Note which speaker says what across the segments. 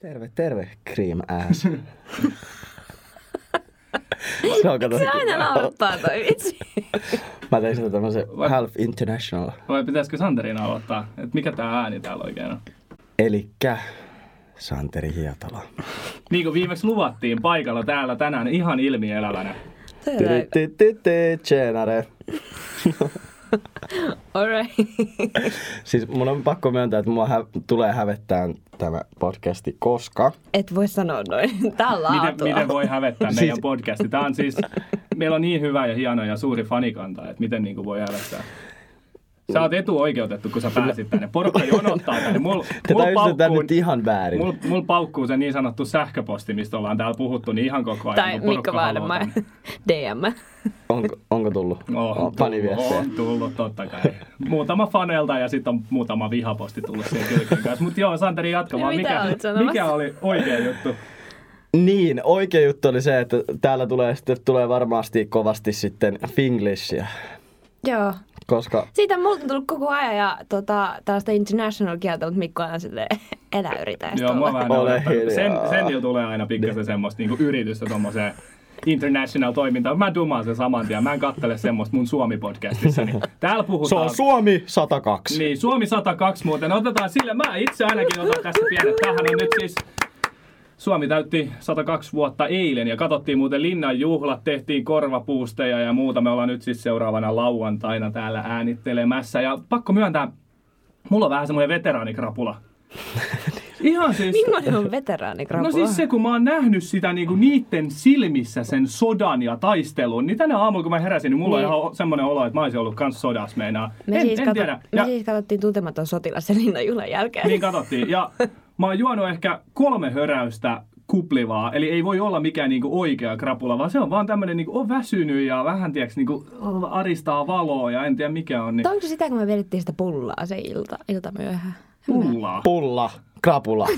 Speaker 1: Terve, terve, cream ass. Se on kato.
Speaker 2: Se aina naurattaa toi vitsi.
Speaker 1: Mä tein sitä tämmösen
Speaker 3: Vai-
Speaker 1: half international.
Speaker 3: Vai pitäisikö Santerin aloittaa? Et mikä tää ääni täällä oikein on?
Speaker 1: Elikkä Santeri Hietala.
Speaker 3: Niin kuin viimeksi luvattiin paikalla täällä tänään ihan ilmielävänä.
Speaker 2: Toi on aika-
Speaker 1: Tytytytyty, Tjenare.
Speaker 2: Alright.
Speaker 1: Siis mun on pakko myöntää, että mua hä- tulee hävettää tämä podcasti, koska
Speaker 2: Et voi sanoa noin. Tää on
Speaker 3: Miten,
Speaker 2: laatua.
Speaker 3: miten voi hävettää meidän
Speaker 1: Siis-
Speaker 3: podcasti? Tää on siis, meillä on niin hyvä ja hieno ja suuri fanikanta, että miten niin kuin voi hävettää. Sä oot etuoikeutettu, kun sä pääsit tänne. Porukka jonottaa tänne. Mul,
Speaker 1: tätä
Speaker 3: mul
Speaker 1: yhdistetään
Speaker 3: paukkuu,
Speaker 1: nyt ihan väärin.
Speaker 3: mul, mul paukkuu se niin sanottu sähköposti, mistä ollaan täällä puhuttu, niin ihan koko ajan.
Speaker 2: Tai
Speaker 3: kun porukka
Speaker 2: Mikko
Speaker 3: haluaa
Speaker 2: Vaademaa.
Speaker 3: tänne.
Speaker 2: DM.
Speaker 1: Onko, onko tullut
Speaker 3: On,
Speaker 1: oh,
Speaker 3: tullut,
Speaker 1: faniviestejä?
Speaker 3: on tullut, totta kai. Muutama fanelta ja sitten on muutama vihaposti tullut siihen kylkeen kanssa. Mutta joo, Santeri jatka vaan.
Speaker 2: Mitä
Speaker 3: Mikä,
Speaker 2: olit sanomassa?
Speaker 3: mikä oli oikea juttu?
Speaker 1: Niin, oikea juttu oli se, että täällä tulee, sitten, tulee varmasti kovasti sitten Finglishia,
Speaker 2: Joo.
Speaker 1: koska
Speaker 2: Siitä on multa tullut koko ajan ja tota, tällaista international kieltä, mutta Mikko on aina silleen, elä yritä edes
Speaker 3: Joo,
Speaker 2: tolla.
Speaker 3: mua vähän
Speaker 1: Ole
Speaker 3: naurattanut. Sen,
Speaker 1: hiljaa. Niin.
Speaker 3: sen jo tulee aina pikkasen semmoista niinku yritystä tommoseen international toimintaan. Mä dumaan sen saman tien. Mä en kattele semmoista mun Suomi-podcastissa. Niin täällä
Speaker 1: se
Speaker 3: puhutaan...
Speaker 1: on Suomi 102.
Speaker 3: Niin, Suomi 102 muuten. Otetaan sille. Mä itse ainakin otan tästä pienet. Tähän on nyt siis... Suomi täytti 102 vuotta eilen ja katsottiin muuten Linnan juhlat, tehtiin korvapuusteja ja muuta. Me ollaan nyt siis seuraavana lauantaina täällä äänittelemässä. Ja pakko myöntää, mulla on vähän semmoinen veteraanikapula. Ihan siis...
Speaker 2: Millainen on veteraanikrapula?
Speaker 3: No siis se, kun mä oon nähnyt sitä niinku niitten silmissä sen sodan ja taistelun, niin tänä aamulla kun mä heräsin, niin mulla
Speaker 2: Niin.
Speaker 3: on ihan o- semmoinen olo, että mä olisin ollut kans sodassa meinaa.
Speaker 2: Me,
Speaker 3: en,
Speaker 2: siis,
Speaker 3: en
Speaker 2: kato,
Speaker 3: tiedä.
Speaker 2: me
Speaker 3: Ja,
Speaker 2: siis katsottiin tuntematon sotilas sen linnanjuhlan jälkeen.
Speaker 3: Niin katsottiin. Ja mä oon juonut ehkä kolme höräystä kuplivaa, eli ei voi olla mikään niinku oikea krapula, vaan se on vaan tämmönen niinku, on väsynyt ja vähän tiiäks niinku oh, aristaa valoa ja en tiedä mikä on, niin
Speaker 2: Mutta onko se sitä, kun me vedettiin sitä pullaa se ilta, ilta myöhään?
Speaker 3: pullaa.
Speaker 1: Pulla, krapula.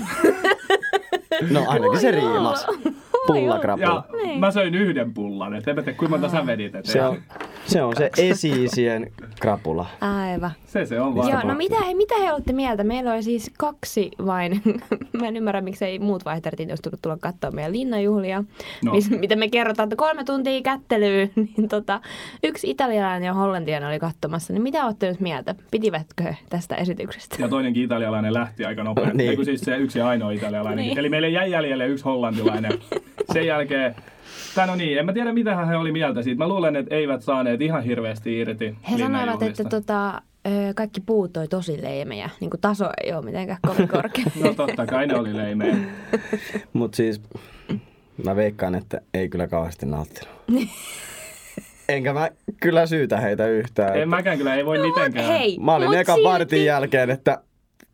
Speaker 1: No ainakin se riimas. Pulla,
Speaker 3: Ja
Speaker 1: krapula.
Speaker 2: Niin.
Speaker 3: mä söin yhden pullan, et en mä tiedä kuinka monta sä vedit, et
Speaker 1: Se on se, on se esiisien krapula.
Speaker 2: Aivan.
Speaker 3: se, se on vaan.
Speaker 2: Joo, no mitä he, mitä he olette mieltä? Meillä oli siis kaksi vain. Mä en ymmärrä, miksei muut vaihtarit olisi tullut tulla katsoa meidän linnanjuhlia, no.
Speaker 3: No.
Speaker 2: mis, mitä me kerrotaan, että kolme tuntia kättelyyn. Niin tota, yksi italialainen ja hollantilainen oli katsomassa. Niin mitä olette nyt mieltä? Pitivätkö he tästä esityksestä?
Speaker 3: Ja toinenkin italialainen lähti aika nopeasti.
Speaker 1: Niin.
Speaker 3: niin. siis se yksi ja ainoa italialainen.
Speaker 2: Niin.
Speaker 3: Eli meille jäi jäljelle yksi hollantilainen. Sen jälkeen, tai no niin, en mä tiedä mitä he oli mieltä siitä. Mä luulen, että eivät saaneet ihan hirveästi irti
Speaker 2: He sanoivat, että
Speaker 3: linnanjuhlista.
Speaker 2: tota, ö, kaikki puut oli tosi leimejä. Niin kuin taso ei ole mitenkään kovin korkea.
Speaker 3: No totta kai ne oli leimejä.
Speaker 1: Mut siis mä veikkaan, että ei kyllä kauheasti nauttinut. Enkä mä kyllä syytä heitä yhtään.
Speaker 3: En mäkään kyllä, ei
Speaker 1: No
Speaker 3: voi mitenkään.
Speaker 2: Hei,
Speaker 1: Mä olin
Speaker 2: mut
Speaker 1: ekan
Speaker 2: silti-
Speaker 1: vartin jälkeen, että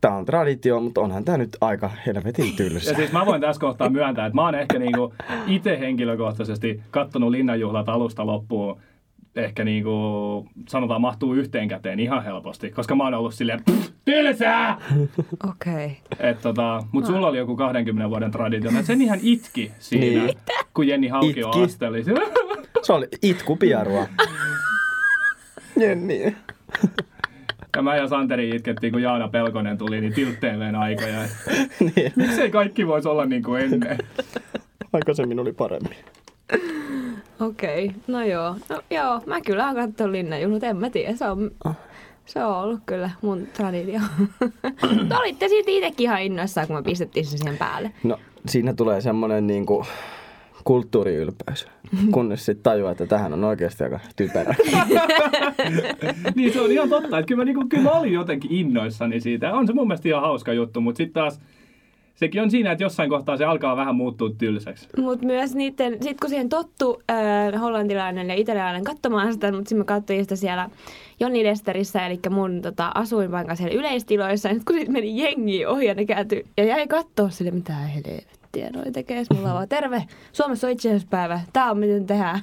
Speaker 1: tää on traditio, mutta onhan tää nyt aika helvetin
Speaker 3: Ja
Speaker 1: tylsä.
Speaker 3: siis mä voin tässä kohtaa myöntää, että mä oon ehkä niinku itse henkilökohtaisesti kattonut linnanjuhlat alusta loppuun ehkä niinku, sanotaan mahtuu yhteen käteen ihan helposti, koska mä oon ollut silleen, "Pff, tylsää!
Speaker 2: Okei. Okay.
Speaker 3: Et tota,
Speaker 1: No.
Speaker 3: mut sulla oli joku 20 vuoden traditio. Mä Sen ihan itki siinä,
Speaker 1: Niin.
Speaker 3: kun Jenni Haukio
Speaker 1: Itki.
Speaker 3: asteli.
Speaker 1: Se oli itkupiarua. Niin, Jenni.
Speaker 3: Ja mä ja Santeri itkettiin, kun Jaana Pelkonen tuli, niin Tilt TVn aikoja.
Speaker 1: Niin,
Speaker 3: Miksei kaikki voisi olla niin kuin ennen?
Speaker 1: aikaisemmin oli paremmin.
Speaker 2: Okei, no joo. No joo, mä kyllä oon kattonut linnanjuhlat, en mä tiedä. Se on, se on ollut kyllä mun traditio. Te olitte silti itsekin ihan innoissaan, kun me pistettiin sen siihen päälle.
Speaker 1: No, siinä tulee semmoinen niinku kulttuuriylpeys, kunnes sitten tajuaa, että tähän on oikeasti aika typerä.
Speaker 3: niin se on ihan totta, että kyllä mä, niinku, kyllä mä olin jotenkin innoissani siitä. On se mun mielestä ihan hauska juttu, mutta sitten taas sekin on siinä, että jossain kohtaa se alkaa vähän muuttua tylsäksi.
Speaker 2: Mutta myös niiden, sit kun siihen tottu äh, hollantilainen ja italialainen katsomaan sitä, mutta sitten mä katsoin sitä siellä Jonni Lesterissä, eli mun tota, asuinpaikan siellä yleistiloissa, ja nyt kun sit meni jengi ohi ja ne kääntyi, ja jäi kattoo sille, mitä helvettiä noi tekee, mulla on vaan terve, Suomessa on itsenäisyyspäivä, tää on miten tehdään.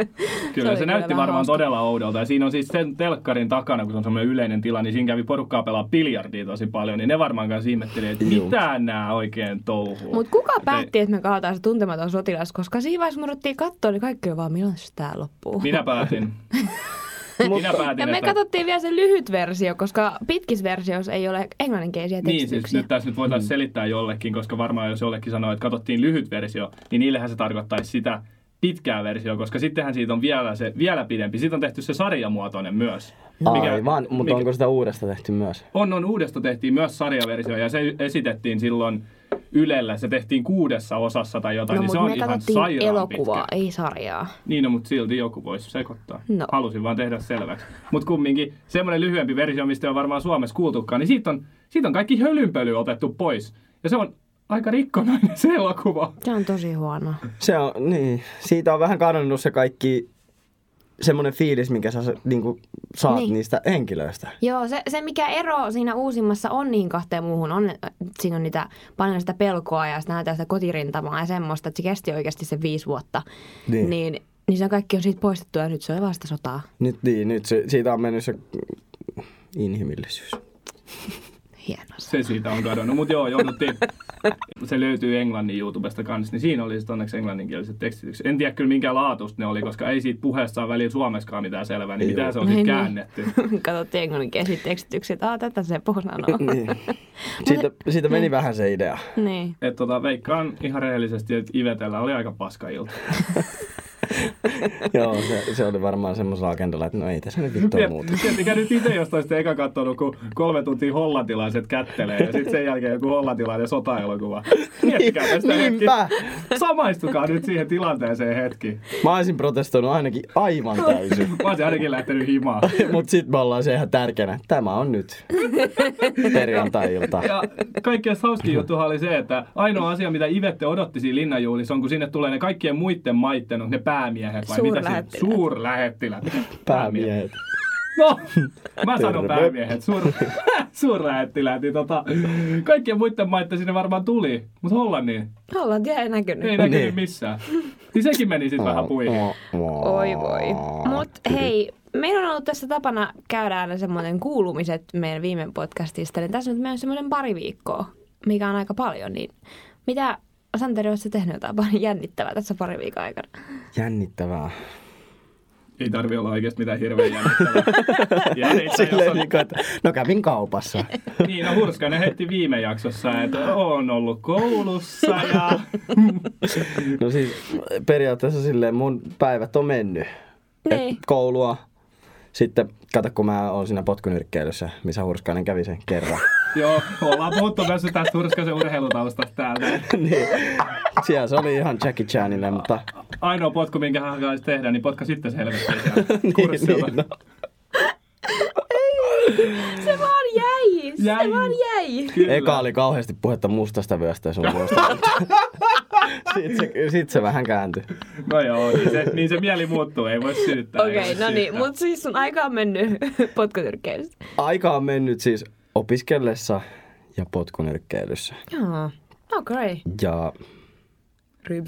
Speaker 3: Kyllä,
Speaker 2: oli
Speaker 3: se, näytti
Speaker 2: vähän
Speaker 3: varmaan
Speaker 2: hauska.
Speaker 3: todella oudolta. Ja siinä on siis sen telkkarin takana, kun se on semmoinen yleinen tila, niin siinä kävi porukkaa pelaa biljardia tosi paljon, niin ne varmaan kanssa ihmetteli, että
Speaker 1: Juu.
Speaker 3: mitä nämä oikein touhuu.
Speaker 2: Mutta kuka
Speaker 3: Että ei-
Speaker 2: päätti, että me kaataan se tuntematon sotilas, koska siinä vaiheessa kun me ruvettiin katsoa, niin kaikki oli vaan, milloin se tää loppuu.
Speaker 3: Minä päätin. Minä päätin,
Speaker 2: Ja me
Speaker 3: että...
Speaker 2: katsottiin vielä se lyhyt versio, koska pitkissä versioissa ei ole englanninkielisiä
Speaker 3: Niin, siis
Speaker 2: tekstityksiä.
Speaker 3: nyt tässä nyt voitaisiin selittää jollekin, koska varmaan jos jollekin sanoo, että katsottiin lyhyt versio, niin niillähän se tarkoittaisi sitä pitkää versio, koska sittenhän siitä on vielä, se, vielä pidempi. Siitä on tehty se sarjamuotoinen myös.
Speaker 1: No, Aivan, mutta onko sitä uudesta tehty myös?
Speaker 3: On, on uudesta tehtiin myös sarjaversio ja se esitettiin silloin Ylellä. Se tehtiin kuudessa osassa tai jotain,
Speaker 2: No,
Speaker 3: niin se
Speaker 2: mutta
Speaker 3: on
Speaker 2: me
Speaker 3: ihan
Speaker 2: katsottiin
Speaker 3: sairaan
Speaker 2: elokuvaa,
Speaker 3: pitkä.
Speaker 2: ei sarjaa.
Speaker 3: Niin, no, mutta silti joku voisi sekoittaa.
Speaker 2: No.
Speaker 3: Halusin vaan tehdä selväksi. Mutta kumminkin semmoinen lyhyempi versio, mistä on varmaan Suomessa kuultukaan, niin siitä on, siitä on kaikki hölynpöly otettu pois. Ja se on aika rikkonainen se elokuva.
Speaker 2: Se on tosi huono.
Speaker 1: Se on, niin. Siitä on vähän kadonnut se kaikki semmoinen fiilis, minkä sä niin kuin, saat
Speaker 2: Niin.
Speaker 1: niin. niistä henkilöistä.
Speaker 2: Joo, se, se mikä ero siinä uusimmassa on niihin kahteen muuhun, on, että siinä on niitä paljon sitä pelkoa ja sitä, näytetään sitä kotirintamaa ja semmoista, että se kesti oikeasti se viisi vuotta.
Speaker 1: Niin.
Speaker 2: Niin, niin se kaikki on siitä poistettu ja nyt se on vasta sotaa.
Speaker 1: Nyt, niin, nyt se, siitä on mennyt se inhimillisyys.
Speaker 2: Hienoa.
Speaker 3: Se siitä on kadonnut. Mutta joo, jouduttiin. Se löytyy englannin YouTubesta kanssa, niin siinä oli sitten onneksi englanninkieliset tekstitykset. En tiedä kyllä minkä laatusta ne oli, koska ei siitä puheessa ole välillä suomessakaan mitään selvää, niin
Speaker 1: Ei
Speaker 3: mitä
Speaker 1: oo.
Speaker 3: se on sitten
Speaker 2: Niin, niin.
Speaker 3: käännetty.
Speaker 2: Katsottiin englanninkieliset tekstitykset, että "Aa, tätä se puhuu sanoo.
Speaker 1: Niin. Siitä, siitä meni vähän se idea.
Speaker 2: niin.
Speaker 3: Et tota, veikkaan ihan rehellisesti, että Ivetellä oli aika paska ilta.
Speaker 1: Joo, se, se oli varmaan semmoisella agendalla, että no ei tässä nyt vittu
Speaker 3: Miet-
Speaker 1: muuta.
Speaker 3: Miettikää niin nyt itse, jos olisitte eka katsonut, kun kolme tuntia hollantilaiset kättelee ja sitten sen jälkeen joku hollantilainen sotaelokuva. Miettikää tästä hetki.
Speaker 1: Niinpä.
Speaker 3: Samaistukaa nyt siihen tilanteeseen hetki.
Speaker 1: Mä olisin protestoinut ainakin aivan täysin.
Speaker 3: Mä olisin ainakin lähtenyt himaan.
Speaker 1: Mut sit me ollaan se ihan tärkeänä. Tämä on nyt. Perjantai-ilta.
Speaker 3: Ja kaikkein hauskin juttuhan oli se, että ainoa asia, mitä Ivette odotti siinä linnanjuhlissa, on kun sinne tulee ne kaikkien muiden maitten, onko ne päämiehet vai mitä siinä-
Speaker 2: Suurlähettiläät.
Speaker 3: Suurlähettilät.
Speaker 1: Päämiehet.
Speaker 3: No, mä sanon
Speaker 1: Terve.
Speaker 3: päämiehet, suur, suurlähettiläät, niin tota, kaikkien muiden maiden sinne varmaan tuli, mutta Hollannin
Speaker 2: Hollantia ei näkynyt.
Speaker 3: ei näkynyt
Speaker 1: Niin. Oh,
Speaker 3: missään. Niin sekin meni sitten vähän puihin.
Speaker 2: Oi voi. Mut hei, meillä on ollut tässä tapana käydä aina semmoinen kuulumiset meidän viime podcastista, niin tässä nyt meillä on semmoinen pari viikkoa, mikä on aika paljon, niin mitä Santeri, oletko tehnyt jotain paljon jännittävää tässä pari viikon aikana?
Speaker 1: Jännittävää.
Speaker 3: Ei tarvi olla oikeasti mitään hirveän jännittävää. Jännittää, jos
Speaker 1: Silleen niinku-
Speaker 3: on-
Speaker 1: niin kuin, että no kävin kaupassa.
Speaker 3: Niin, no Hurskainen heti viime jaksossa, että on ollut koulussa ja...
Speaker 1: No siis periaatteessa silleen mun päivät on mennyt. Et
Speaker 2: Niin.
Speaker 1: koulua. Sitten kato, kun mä oon siinä potkunyrkkeilyssä, missä Hurskainen kävi sen kerran.
Speaker 3: Joo, ollaan puhuttu myös tästä Hurskaisen urheilutaustasta täältä.
Speaker 1: niin. Siellä se oli ihan Jackie Chanille, mutta...
Speaker 3: Ainoa potku, minkä hän haluaisi tehdä, niin potka sitten se helvettiin sieltä
Speaker 1: niin,
Speaker 3: kurssilta.
Speaker 1: niin, no.
Speaker 2: Se vaan jäi! Se
Speaker 3: Jäi.
Speaker 2: vaan jäi!
Speaker 3: Kyllä.
Speaker 1: Eka oli kauheasti puhetta mustasta vyöstä ja sun vuosta. Sitten se, sit se vähän kääntyi.
Speaker 3: No joo, niin se, niin se mieli muuttuu, ei voi syyttää. ei
Speaker 2: Okei,
Speaker 3: voi
Speaker 2: okay, no niin,
Speaker 3: syyttää.
Speaker 2: mutta siis sun aika on mennyt potkutyrkkeilystä.
Speaker 1: Aika on mennyt siis opiskellessa ja potkunyrkkeilyssä.
Speaker 2: Joo, okei.
Speaker 1: Ja
Speaker 2: Okay.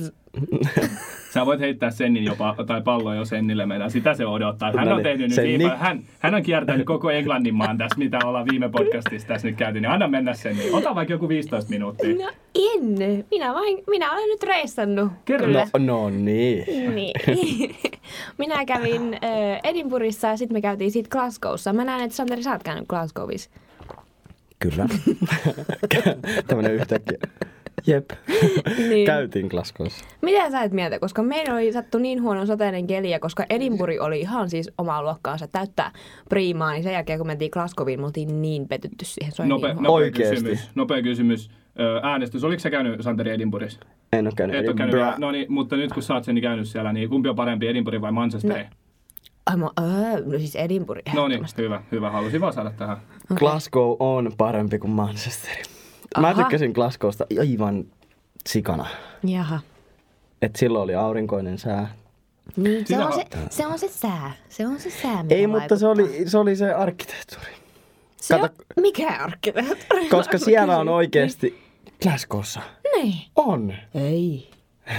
Speaker 3: Sä voit heittää Sennin jopa, tai palloa jo Sennille meidän. Sitä se odottaa. Hän
Speaker 1: No
Speaker 3: on
Speaker 1: niin,
Speaker 3: tehnyt nyt
Speaker 1: Senni.
Speaker 3: niin paljon. Hän, hän on kiertänyt koko Englannin maan tässä, mitä ollaan viime podcastissa tässä nyt käyty. Niin anna mennä Senni. Ota vaikka joku 15 minuuttia.
Speaker 2: No en, minä, vain, minä olen nyt reissannut.
Speaker 3: Kerro.
Speaker 2: kyllä.
Speaker 1: no, no niin.
Speaker 2: Niin. Minä kävin äh, Edinburghissa ja sitten me käytiin siitä Glasgowssa. Mä näen, että Santeri, sä oot käynyt Glasgowissa.
Speaker 1: Kyllä. Tämmönen yhtäkkiä. Jep.
Speaker 2: Niin.
Speaker 1: Käytiin Glasgowssa.
Speaker 2: Mitä sä et mieltä, koska meillä oli sattu niin huono sateinen keli ja koska Edinburgh oli ihan siis omaa luokkaansa täyttää priimaa, niin sen jälkeen kun mentiin Glasgowiin, me oltiin niin petytty siihen. Se oli
Speaker 3: Nope,
Speaker 2: niin huono.
Speaker 3: nopea
Speaker 1: Oikeesti.
Speaker 3: kysymys. Nopea kysymys. Ö, Äänestys. Oliko sä käynyt Santeri Edinburghissa?
Speaker 1: En oo käynyt.
Speaker 3: Et ole käynyt
Speaker 1: Edinburgh.
Speaker 3: vielä. No niin, mutta nyt kun sä oot sen käynyt siellä, niin kumpi on parempi, Edinburgh vai Manchester? No,
Speaker 2: Ai mä, öö, no siis Edinburgh.
Speaker 3: no niin, hyvä, hyvä. Halusin vaan saada tähän.
Speaker 1: Glasgow on parempi kuin Manchester. Mä
Speaker 2: Aha.
Speaker 1: tykkäsin Glasgowsta aivan sikana.
Speaker 2: Jaha.
Speaker 1: Et silloin oli aurinkoinen sää.
Speaker 2: Niin, se
Speaker 3: Sinä
Speaker 2: on se,
Speaker 3: oot-
Speaker 2: se on se sää. Se on se sää, mikä
Speaker 1: Ei, mutta se
Speaker 2: vaikuttaa.
Speaker 1: oli, se oli se arkkitehtuuri.
Speaker 2: Se on,
Speaker 1: kato-
Speaker 2: mikä arkkitehtuuri?
Speaker 1: Koska siellä on oikeesti Glasgowssa.
Speaker 2: Niin.
Speaker 1: On.
Speaker 2: Ei.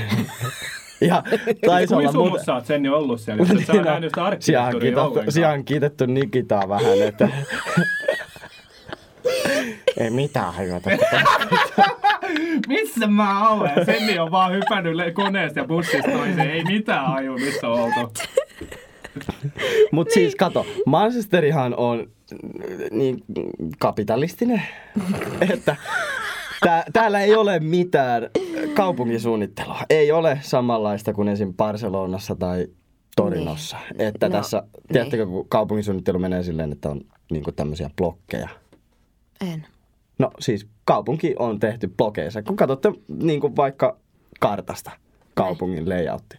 Speaker 1: Ja taisi olla
Speaker 3: Niin Kuin
Speaker 1: muuten... no,
Speaker 3: sumussa oot sen niin ollut siellä, jos et sä oot nähnyt sitä
Speaker 1: Siellä on
Speaker 3: arkkitehtuuria
Speaker 1: kiitetty, siellä
Speaker 3: ollenkaan.
Speaker 1: on kiitetty Nikitaa vähän, että... Ei mitään hajoita.
Speaker 3: Missä mä olen? Senni on vaan hypännyt le- koneesta ja bussista toiseen. Ei mitään aju, missä on oltu.
Speaker 1: Mutta siis kato, Manchesterihan on niin kapitalistinen, että tää, täällä ei ole mitään kaupunkisuunnittelua. Ei ole samanlaista kuin esim. Barcelonassa tai Torinossa. Niin. Että
Speaker 2: No,
Speaker 1: no, tässä,
Speaker 2: niin.
Speaker 1: tiedättekö, kun kaupunkisuunnittelu menee silleen, että on niin tämmöisiä blokkeja.
Speaker 2: En.
Speaker 1: No siis kaupunki on tehty blokeissa. Kun katsotte niin kuin vaikka kartasta kaupungin layoutti,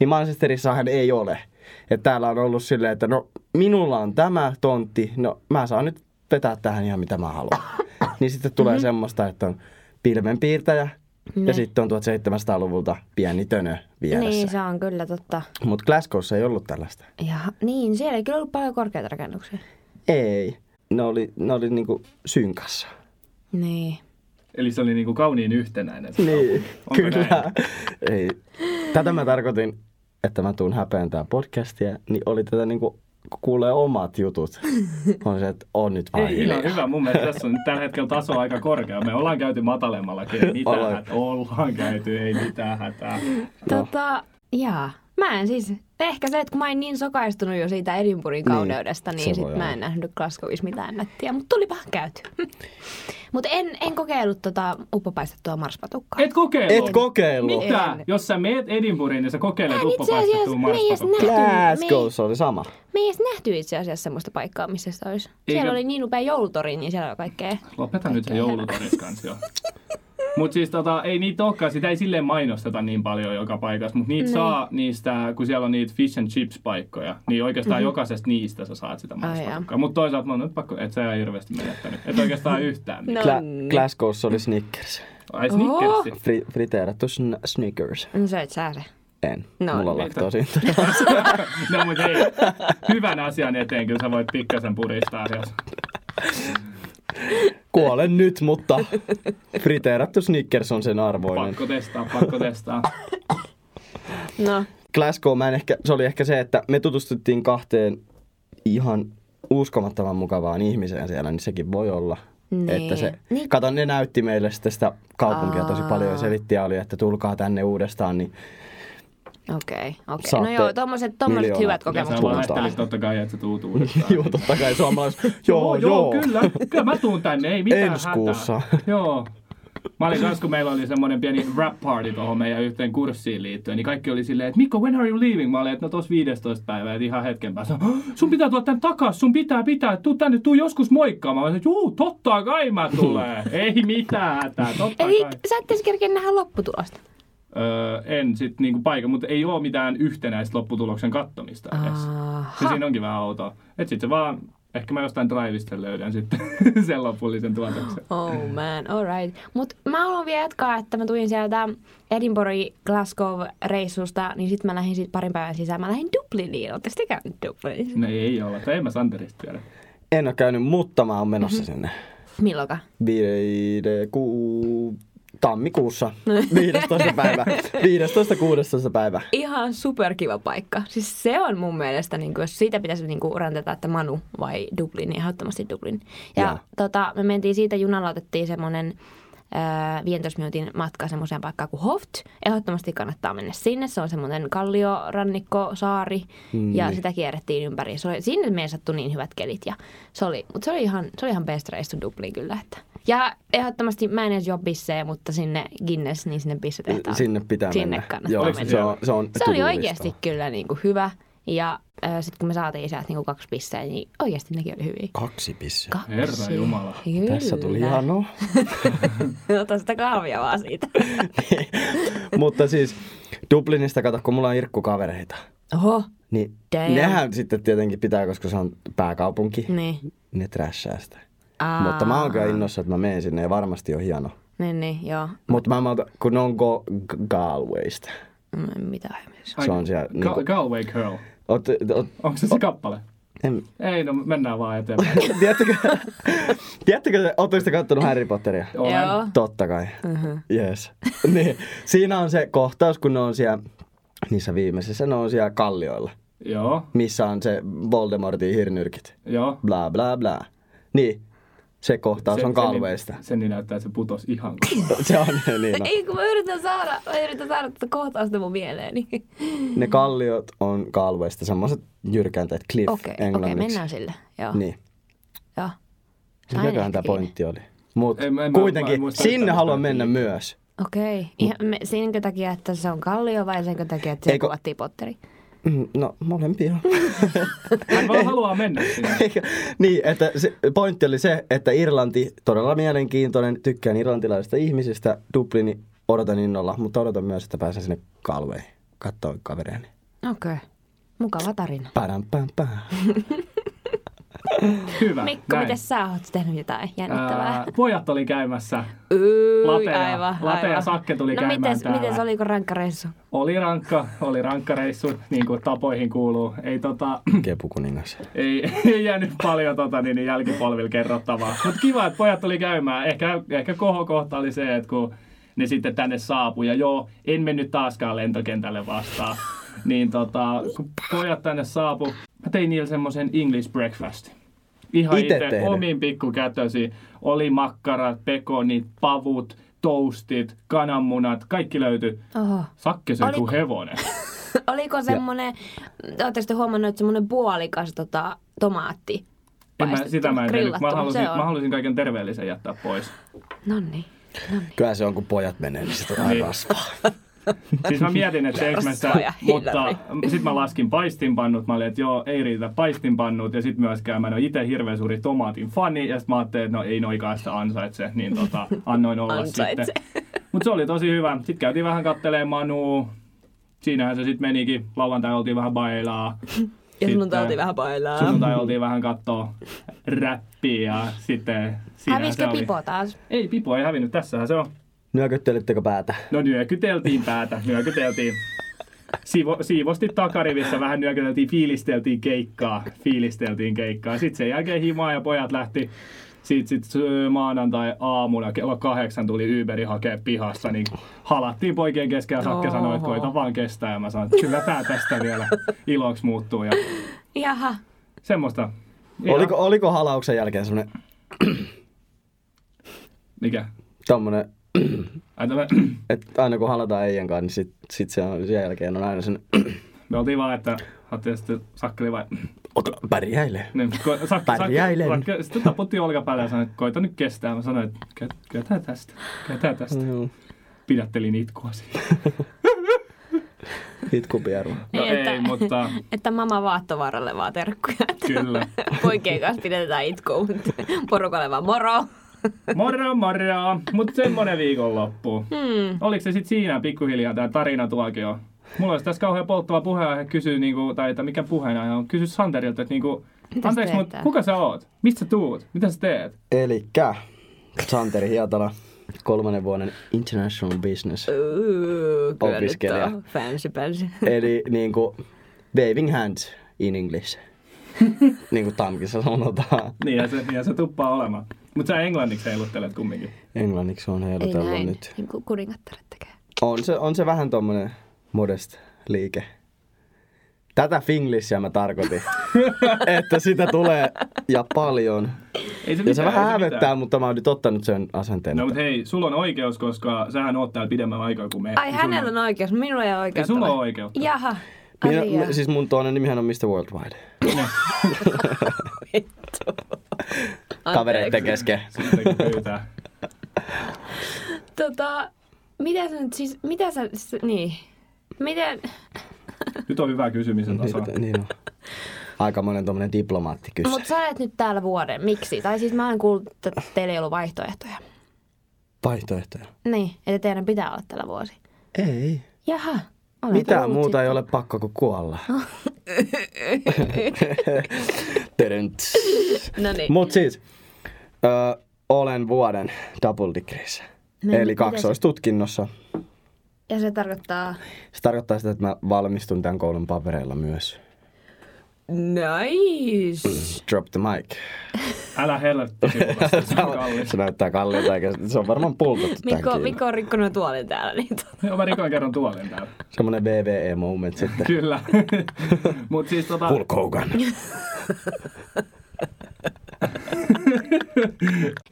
Speaker 1: niin Manchesterissahan ei ole. Et täällä on ollut silleen, että no minulla on tämä tontti, no mä saan nyt vetää tähän ihan mitä mä haluan. niin sitten tulee mm-hmm. semmoista, että on pilvenpiirtäjä
Speaker 2: Ne.
Speaker 1: ja sitten on 1700-luvulta pieni tönö vieressä.
Speaker 2: Niin,
Speaker 1: Niin,
Speaker 2: se on kyllä totta.
Speaker 1: Mutta Glasgowssa ei ollut tällaista.
Speaker 2: Ja, niin, siellä ei kyllä ollut paljon korkeita rakennuksia.
Speaker 1: Ei. Ne oli, ne oli niinku synkassa.
Speaker 2: Niin.
Speaker 3: Eli se oli niinku kauniin yhtenäinen. se
Speaker 1: Niin,
Speaker 3: Onko
Speaker 1: kyllä. Ei. Tätä mä tarkoitin, että mä tuun häpeäntää podcastia, niin oli tätä niinku, kun kuulee omat jutut, on se, että on nyt vaan
Speaker 3: Ei, no,
Speaker 1: hiljaa.
Speaker 3: ihan hyvä. Mun mielestä tässä on nyt tällä hetkellä taso aika korkea. Me ollaan käyty matalemmallakin. Ei mitään
Speaker 1: Ollaan.
Speaker 3: hätää. Ollaan käyty, ei mitään hätää.
Speaker 1: No.
Speaker 2: Tota, jaa. Mä en siis, ehkä se, että kun mä en niin sokaistunut jo siitä Edinburghin
Speaker 1: Niin,
Speaker 2: kauneudesta, niin,
Speaker 1: se
Speaker 2: niin
Speaker 1: voi
Speaker 2: sit
Speaker 1: olla.
Speaker 2: mä en nähnyt Glasgowissa mitään nättiä, mutta tulipahan käyty. mutta en, en kokeillut tota uppopaistettua marspatukkaa.
Speaker 3: Et kokeillut.
Speaker 1: Et kokeillut.
Speaker 2: Mitä?
Speaker 3: Mitä?
Speaker 2: En.
Speaker 3: Jos sä meet Edinburghiin, niin sä kokeilet
Speaker 2: Mä en itse asiassa-
Speaker 3: uppopaistettua
Speaker 2: me ei edes
Speaker 3: marspatukkaa.
Speaker 2: nä-
Speaker 1: Glasgowssa oli sama.
Speaker 2: Me ei edes nähty itse asiassa semmoista paikkaa, missä sitä olisi.
Speaker 3: Eikö-
Speaker 2: Siellä oli niin upea joulutori, niin siellä oli kaikkea.
Speaker 3: Lopeta nyt se joulutoris kans jo. Mut siis tota, ei niitä olekaan, sitä ei silleen mainosteta niin paljon joka paikassa, mutta niitä saa niistä, kun siellä on niitä fish and chips paikkoja, niin oikeastaan mm-hmm. jokaisesta niistä sä saat sitä marspatukkaa. Mutta toisaalta mä oon nyt pakko, et sä ihan hirveästi menettänyt, et oikeastaan yhtään mitään.
Speaker 1: Gla- Glasgowssa oli Snickers.
Speaker 3: Ai snickersi.
Speaker 1: Fri- friteerattu sn- Snickers.
Speaker 2: No sä et sää se.
Speaker 1: En.
Speaker 2: No,
Speaker 1: No, Mulla
Speaker 3: niin.
Speaker 1: on
Speaker 2: mitä?
Speaker 1: laktoosiintoleranssissa.
Speaker 3: No mut hei, hyvän asian eteen kyllä sä voit pikkasen puristaa, jos
Speaker 1: Kuolen nyt, mutta friteerattu Snickers on sen arvoinen.
Speaker 3: pakko testaa, pakko testaa.
Speaker 2: No.
Speaker 1: Glasgow, mä en ehkä, se oli ehkä se, että me tutustuttiin kahteen ihan uskomattoman mukavaan ihmiseen siellä, niin sekin voi olla.
Speaker 2: Niin.
Speaker 1: Että se,
Speaker 2: Niin.
Speaker 1: kato, ne näytti meille sitten sitä kaupunkia tosi
Speaker 2: Aa.
Speaker 1: paljon ja selitti ja oli, että tulkaa tänne uudestaan, niin
Speaker 2: Okei, okay, okei. Okay.
Speaker 1: Saatte
Speaker 2: No joo, tommoset, tommoset
Speaker 1: miljoonaa.
Speaker 2: hyvät
Speaker 3: Ja sä
Speaker 2: kokemukset
Speaker 1: Kuulostaa.
Speaker 3: vaan
Speaker 2: kuulostaa.
Speaker 3: ajattelit totta kai, että sä tuut uudestaan.
Speaker 1: juu, totta kai suomalaiset, joo, joo,
Speaker 3: kyllä. Kyllä mä tuun tänne, ei mitään
Speaker 1: Ensi kuussa.
Speaker 3: hätää. Joo. Mä olin kans, kun meillä oli semmoinen pieni rap party tuohon meidän yhteen kurssiin liittyen, niin kaikki oli silleen, että Mikko, when are you leaving? Mä olin, että no tos 15 päivää, että ihan hetken päästä. "Hah, Sun pitää tulla tän takas, sun pitää pitää, tuu tänne, tuu joskus moikkaamaan. Mä olin, että juu, totta kai mä tulee. ei mitään hätää, totta
Speaker 2: Eli
Speaker 3: kai.
Speaker 2: sä et edes kerkeä nähdä lopputulosta.
Speaker 3: Öö, en sit niinku paikan, mutta ei oo mitään yhtenäistä lopputuloksen kattomista edes. Se
Speaker 2: Aha.
Speaker 3: Siis siinä onkin vähän outoa. Et sit se vaan, ehkä mä jostain drivista löydän sitten sen lopullisen tuotoksen.
Speaker 2: Oh man, alright. Mut mä haluan vielä jatkaa, että mä tulin sieltä Edinburgh Glasgow reissusta, niin sit mä lähdin sit parin päivän sisään. Mä lähdin Dubliniin. Ootte sitten käynyt Dubliniin?
Speaker 3: No ei olla, tai en mä Santerista tiedä.
Speaker 1: En ole käynyt, mutta mä oon menossa
Speaker 2: Mm-hmm.
Speaker 1: sinne.
Speaker 2: Milloinka?
Speaker 1: Viide, ku, tammikuussa, 15. päivä, 15.16. päivä.
Speaker 2: Ihan superkiva paikka. Siis se on mun mielestä, niin kuin, jos siitä pitäisi niin kuin, rantata, että Manu vai Dublin, niin ehdottomasti Dublin. Ja
Speaker 1: Joo.
Speaker 2: tota, me mentiin siitä, junalla otettiin semmoinen äh, 15 minuutin matka semmoiseen paikkaan kuin Hoft. Ehdottomasti kannattaa mennä sinne. Se on semmoinen kalliorannikko, saari mm. ja sitä kierrettiin ympäri. Se oli, sinne meidän sattui niin hyvät kelit ja se oli, mutta se oli ihan, se oli ihan best reissu Dublin kyllä. Että. Ja ehdottomasti mä en edes juo bissejä, mutta sinne Guinness, niin sinne bissetehtaalle.
Speaker 1: Sinne pitää
Speaker 2: Sinne
Speaker 1: mennä.
Speaker 2: kannattaa
Speaker 1: Joo,
Speaker 2: mennä.
Speaker 1: se on, se on
Speaker 2: Se oli
Speaker 1: to-do-listalla.
Speaker 2: oikeasti kyllä niin kuin hyvä. Ja sitten kun me saatiin sieltä niin kuin kaksi pistettä, niin oikeasti nekin oli hyviä.
Speaker 1: Kaksi pissiä.
Speaker 2: Kaksi.
Speaker 3: Herra Jumala.
Speaker 2: Kyllä.
Speaker 1: Tässä tuli no. hienoa.
Speaker 2: Ota sitä kahvia vaan siitä.
Speaker 1: Mutta siis Dublinista, kato, kun mulla on irkkukavereita,
Speaker 2: Oho,
Speaker 1: niin
Speaker 2: Damn.
Speaker 1: Damn. nehän sitten tietenkin pitää, koska se on pääkaupunki, niin.
Speaker 2: niin.
Speaker 1: ne trashaa sitä.
Speaker 2: Aa.
Speaker 1: Mutta mä oon kyllä innossa, että mä menen sinne ja varmasti on hieno.
Speaker 2: Niin, niin, joo.
Speaker 1: Mutta mä malta, kun ne on go, G- Galwaysta.
Speaker 2: No, en mitään. ihmeessä.
Speaker 1: Se on siellä
Speaker 3: Ga-
Speaker 1: niinku-
Speaker 3: Galway Girl.
Speaker 1: Oot, oot,
Speaker 3: Onko se se kappale?
Speaker 1: en,
Speaker 3: Ei, no mennään vaan eteenpäin.
Speaker 1: tiedättekö, tiedättekö, ootteko te kattonut Harry Potteria?
Speaker 3: Olen.
Speaker 2: Joo. Mm-hmm.
Speaker 1: Totta kai. Yes. Niin, siinä on se kohtaus, kun ne on siellä, niissä viimeisissä ne on siellä kallioilla,
Speaker 3: Joo,
Speaker 1: missä on se Voldemortin hirnyrkit.
Speaker 3: joo.
Speaker 1: bla bla bla. Niin, Se kohtaus on
Speaker 3: sen-
Speaker 1: kalveista.
Speaker 3: Sen niin näyttää, että se putos ihan
Speaker 1: Se on Elina.
Speaker 2: Ei, kun mä yritän saada, mä yritän saada tätä kohtausta mun niin- mieleeni.
Speaker 1: Ne kalliot on kalveista, semmoiset jyrkänteet, cliff
Speaker 2: Okei, okei,
Speaker 1: englanniksi.
Speaker 2: mennään sille. Joo,
Speaker 1: Niin.
Speaker 2: joo. Aina
Speaker 1: Mikäköhän tämä
Speaker 2: hetkinen.
Speaker 1: pointti oli? Mut
Speaker 3: En mä- en mä- mä en
Speaker 1: kuitenkin,
Speaker 3: muista
Speaker 1: sinne
Speaker 3: yhtään
Speaker 1: haluan
Speaker 3: mitään.
Speaker 1: mennä myös.
Speaker 2: Okei. Ihan me- Senkö takia, että se on kallio vai senkö takia, että se
Speaker 1: Eikö-
Speaker 2: kuvattiin potteri?
Speaker 1: Mm, No, molempia.
Speaker 3: Hän vaan haluaa mennä sinne.
Speaker 1: Eikä- niin, että se, pointti oli se, että Irlanti, todella mielenkiintoinen, tykkään irlantilaisista ihmisistä, Dublini odotan innolla, mutta odotan myös, että pääsen sinne kalveihin. Katsoa kavereeni.
Speaker 2: Okei. Mukava tarina.
Speaker 1: Padam, pam, pam.
Speaker 3: Hyvä.
Speaker 2: Mikko,
Speaker 3: näin.
Speaker 2: miten sä oot tehnyt jotain jännittävää?
Speaker 3: Ää, pojat oli käymässä.
Speaker 2: Ui,
Speaker 3: Latea- Latea Sakke tuli
Speaker 2: no
Speaker 3: käymään
Speaker 2: mites,
Speaker 3: täällä.
Speaker 2: mites, oliko rankka reissu?
Speaker 3: Oli rankka, oli rankka reissu, niin kuin tapoihin kuuluu. Ei, tota,
Speaker 1: Kepukuningas.
Speaker 3: ei, ei jäänyt paljon tota, niin, niin jälkipolvilla kerrottavaa. Mutta kiva, että pojat tuli käymään. Ehkä, ehkä kohokohta oli se, että kun ne sitten tänne saapui. Ja joo, en mennyt taaskaan lentokentälle vastaan. Niin tota, kun pojat tänne saapu, mä tein niille semmoisen English breakfast. Ihan
Speaker 1: Ite
Speaker 3: itse,
Speaker 1: tehnyt?
Speaker 3: omiin pikkukätösi. Oli makkarat, pekonit, pavut, toastit, kananmunat, kaikki löytyi.
Speaker 2: Oho.
Speaker 3: Sakke söi
Speaker 2: Oliko-
Speaker 3: kuin hevonen.
Speaker 2: Oliko semmoinen, ootteko te huomannut, että semmoinen puolikas tota, tomaatti?
Speaker 3: En mä,
Speaker 2: paistettu,
Speaker 3: sitä mä en tehnyt. Mä
Speaker 2: grillattu,
Speaker 3: halusin,
Speaker 2: se on.
Speaker 3: mä halusin kaiken terveellisen jättää pois.
Speaker 2: Nonni.
Speaker 1: Kyllä se on, kun pojat menee, niin se tulee
Speaker 3: Niin.
Speaker 1: rasvaa.
Speaker 3: Siis mä mietin, että teekö mä sitä,
Speaker 2: Rasvoja,
Speaker 3: mutta
Speaker 2: Hillary.
Speaker 3: sitten mä laskin paistinpannut. Mä olin, että joo, ei riitä paistinpannut. Ja sitten myöskään mä en ole itse hirveän suuri tomaatin fani. Ja sitten mä ajattelin, että no ei noikaan sitä ansaitse. Niin tota, annoin olla
Speaker 2: Ansaitse.
Speaker 3: sitten. Mutta se oli tosi hyvä. Sitten käytiin vähän kattelee Manu. Siinähän se sitten menikin. Lauantai oltiin vähän bailaa.
Speaker 2: Ja sun
Speaker 3: Sitten-
Speaker 2: tauti vähän pailaa.
Speaker 3: Sunnuntai oltiin vähän kattoo räppiä. Ja sitten siinähän se
Speaker 2: Hävisikö
Speaker 3: oli.
Speaker 2: pipo taas?
Speaker 3: Ei, Pipo ei hävinnyt. Tässähän se on.
Speaker 1: Nyökyttelittekö päätä?
Speaker 3: No nyökyteltiin päätä, nyökyteltiin. Siivo, siivosti takarivissä, vähän nyökyteltiin, fiilisteltiin keikkaa, fiilisteltiin keikkaa. Sitten sen jälkeen himaa ja pojat lähti. Sitten sit ö, maanantai aamuna kello kahdeksan tuli Uberi hakee pihassa, niin halattiin poikien kesken ja Sakke sanoi, että
Speaker 2: Oho.
Speaker 3: koita vaan kestää. Ja mä sanoin, että kyllä tää tästä vielä iloksi muuttuu ja
Speaker 2: Jaha.
Speaker 3: semmoista. Ihan-
Speaker 1: Oliko, oliko halauksen jälkeen semmoinen
Speaker 3: Mikä?
Speaker 1: tommonen,
Speaker 3: Ai, no tämä-
Speaker 1: että aina kun halataan Eijan kanssa, niin sit, sit se on, sen jälkeen on aina sen
Speaker 3: Me oltiin vaan, että Hattia sitten Sakke oli vaan,
Speaker 1: Ota, pärjäile.
Speaker 3: Niin, ko- Sakke, Sakke,
Speaker 1: Pärjäilen.
Speaker 3: Sakke, sitten taputti olkapäälle ja sanoi, että koita nyt kestää. Mä sanoin, että kä- ketä tästä, ketä tästä.
Speaker 1: Joo.
Speaker 3: Pidättelin itkua siitä.
Speaker 1: Itku pieru.
Speaker 3: No
Speaker 2: Niin, että-
Speaker 3: ei, mutta
Speaker 2: Että mama vaattovaaralle vaan terkkuja.
Speaker 3: kyllä.
Speaker 2: Poikien kanssa pidetään itkua, mutta porukalle vaan moro.
Speaker 3: Moro, moro. Mutta semmonen viikonloppu.
Speaker 2: Hmm.
Speaker 3: Oliko se sitten siinä pikkuhiljaa tämä tarina tuokio? Mulla olisi tässä kauhean polttava puheenaihe kysyä, niinku, tai että mikä puheenaihe on. Kysy Santerilta, että niinku,
Speaker 2: Mitäs
Speaker 3: anteeksi,
Speaker 2: teet
Speaker 3: mutta
Speaker 2: täällä?
Speaker 3: kuka sä oot? Mistä sä tuut? Mitä sä teet?
Speaker 1: Elikkä Santeri Hietala, kolmannen vuoden international business.
Speaker 2: Öö, Kyllä nyt
Speaker 1: Opiskelija.
Speaker 2: on fancy fancy.
Speaker 1: Eli niinku waving hands in English. niinku tankissa sanotaan.
Speaker 3: Niin ja se, niin ja se tuppaa olemaan. Mutta sä englanniksi heiluttelet kumminkin.
Speaker 1: Englanniksi on
Speaker 2: Eli
Speaker 1: heilutellut
Speaker 2: näin,
Speaker 1: nyt.
Speaker 2: niin kuin kuningattaret tekee.
Speaker 1: On se, on se vähän tommonen modest liike. Tätä finglishia mä tarkoitin. että sitä tulee ja paljon.
Speaker 3: Ei se
Speaker 1: Ja se
Speaker 3: mitään,
Speaker 1: vähän
Speaker 3: ei se mitään.
Speaker 1: hävettää, mutta mä oon nyt ottanut sen asenteen.
Speaker 3: No
Speaker 1: että-
Speaker 3: mutta hei, sulla on oikeus, koska sähän oot täällä pidemmän aikaa kuin me.
Speaker 2: Ai
Speaker 3: Sun-
Speaker 2: hänellä on oikeus, minulla ei ole oikeutta.
Speaker 3: Ei sulla
Speaker 2: vai?
Speaker 3: ole oikeutta.
Speaker 2: Jaha.
Speaker 1: Minä,
Speaker 2: Asia.
Speaker 1: mi- siis mun toinen nimihän on Mr. Worldwide. Kavereiden
Speaker 2: Anteeksi.
Speaker 1: kesken.
Speaker 3: Sittenkin pyytää.
Speaker 2: Tota, mitä sä nyt siis, mitä sä, s- niin, miten,
Speaker 3: Nyt on hyvä kysymisen taso.
Speaker 1: Niin, niin on. Aika monen tommonen diplomaatti kyse.
Speaker 2: mut sä olet nyt täällä vuoden, miksi? Tai siis mä en kuullut, että teillä ei ollut vaihtoehtoja.
Speaker 1: Vaihtoehtoja.
Speaker 2: Niin, että teidän pitää olla tällä vuosi.
Speaker 1: Ei.
Speaker 2: Jaha. Olet
Speaker 1: Mitään
Speaker 2: ollut
Speaker 1: muuta
Speaker 2: sitten.
Speaker 1: ei ole pakko kuin kuolla. Tyrynts.
Speaker 2: No niin.
Speaker 1: Mut siis, ö, olen vuoden double degreeissä.
Speaker 2: No,
Speaker 1: Eli
Speaker 2: mitä se-
Speaker 1: kaksoistutkinnossa.
Speaker 2: Ja se tarkoittaa...
Speaker 1: Se tarkoittaa sitä, että mä valmistun tämän koulun papereilla myös.
Speaker 2: Nice.
Speaker 1: Drop the mic.
Speaker 3: Älä helvetti, Sipula, se on kallis.
Speaker 1: Se näyttää kalliilta eikä se on varmaan pultattu tän
Speaker 2: Mikko,
Speaker 1: kiinni.
Speaker 2: Mikko on rikkonut tuolin täällä. Niin to-
Speaker 3: Joo, mä rikoin kerran tuolin täällä.
Speaker 1: Semmonen VVE moment sitten.
Speaker 3: Kyllä. Ah. Mut siis tota,
Speaker 1: Hulk Hogan.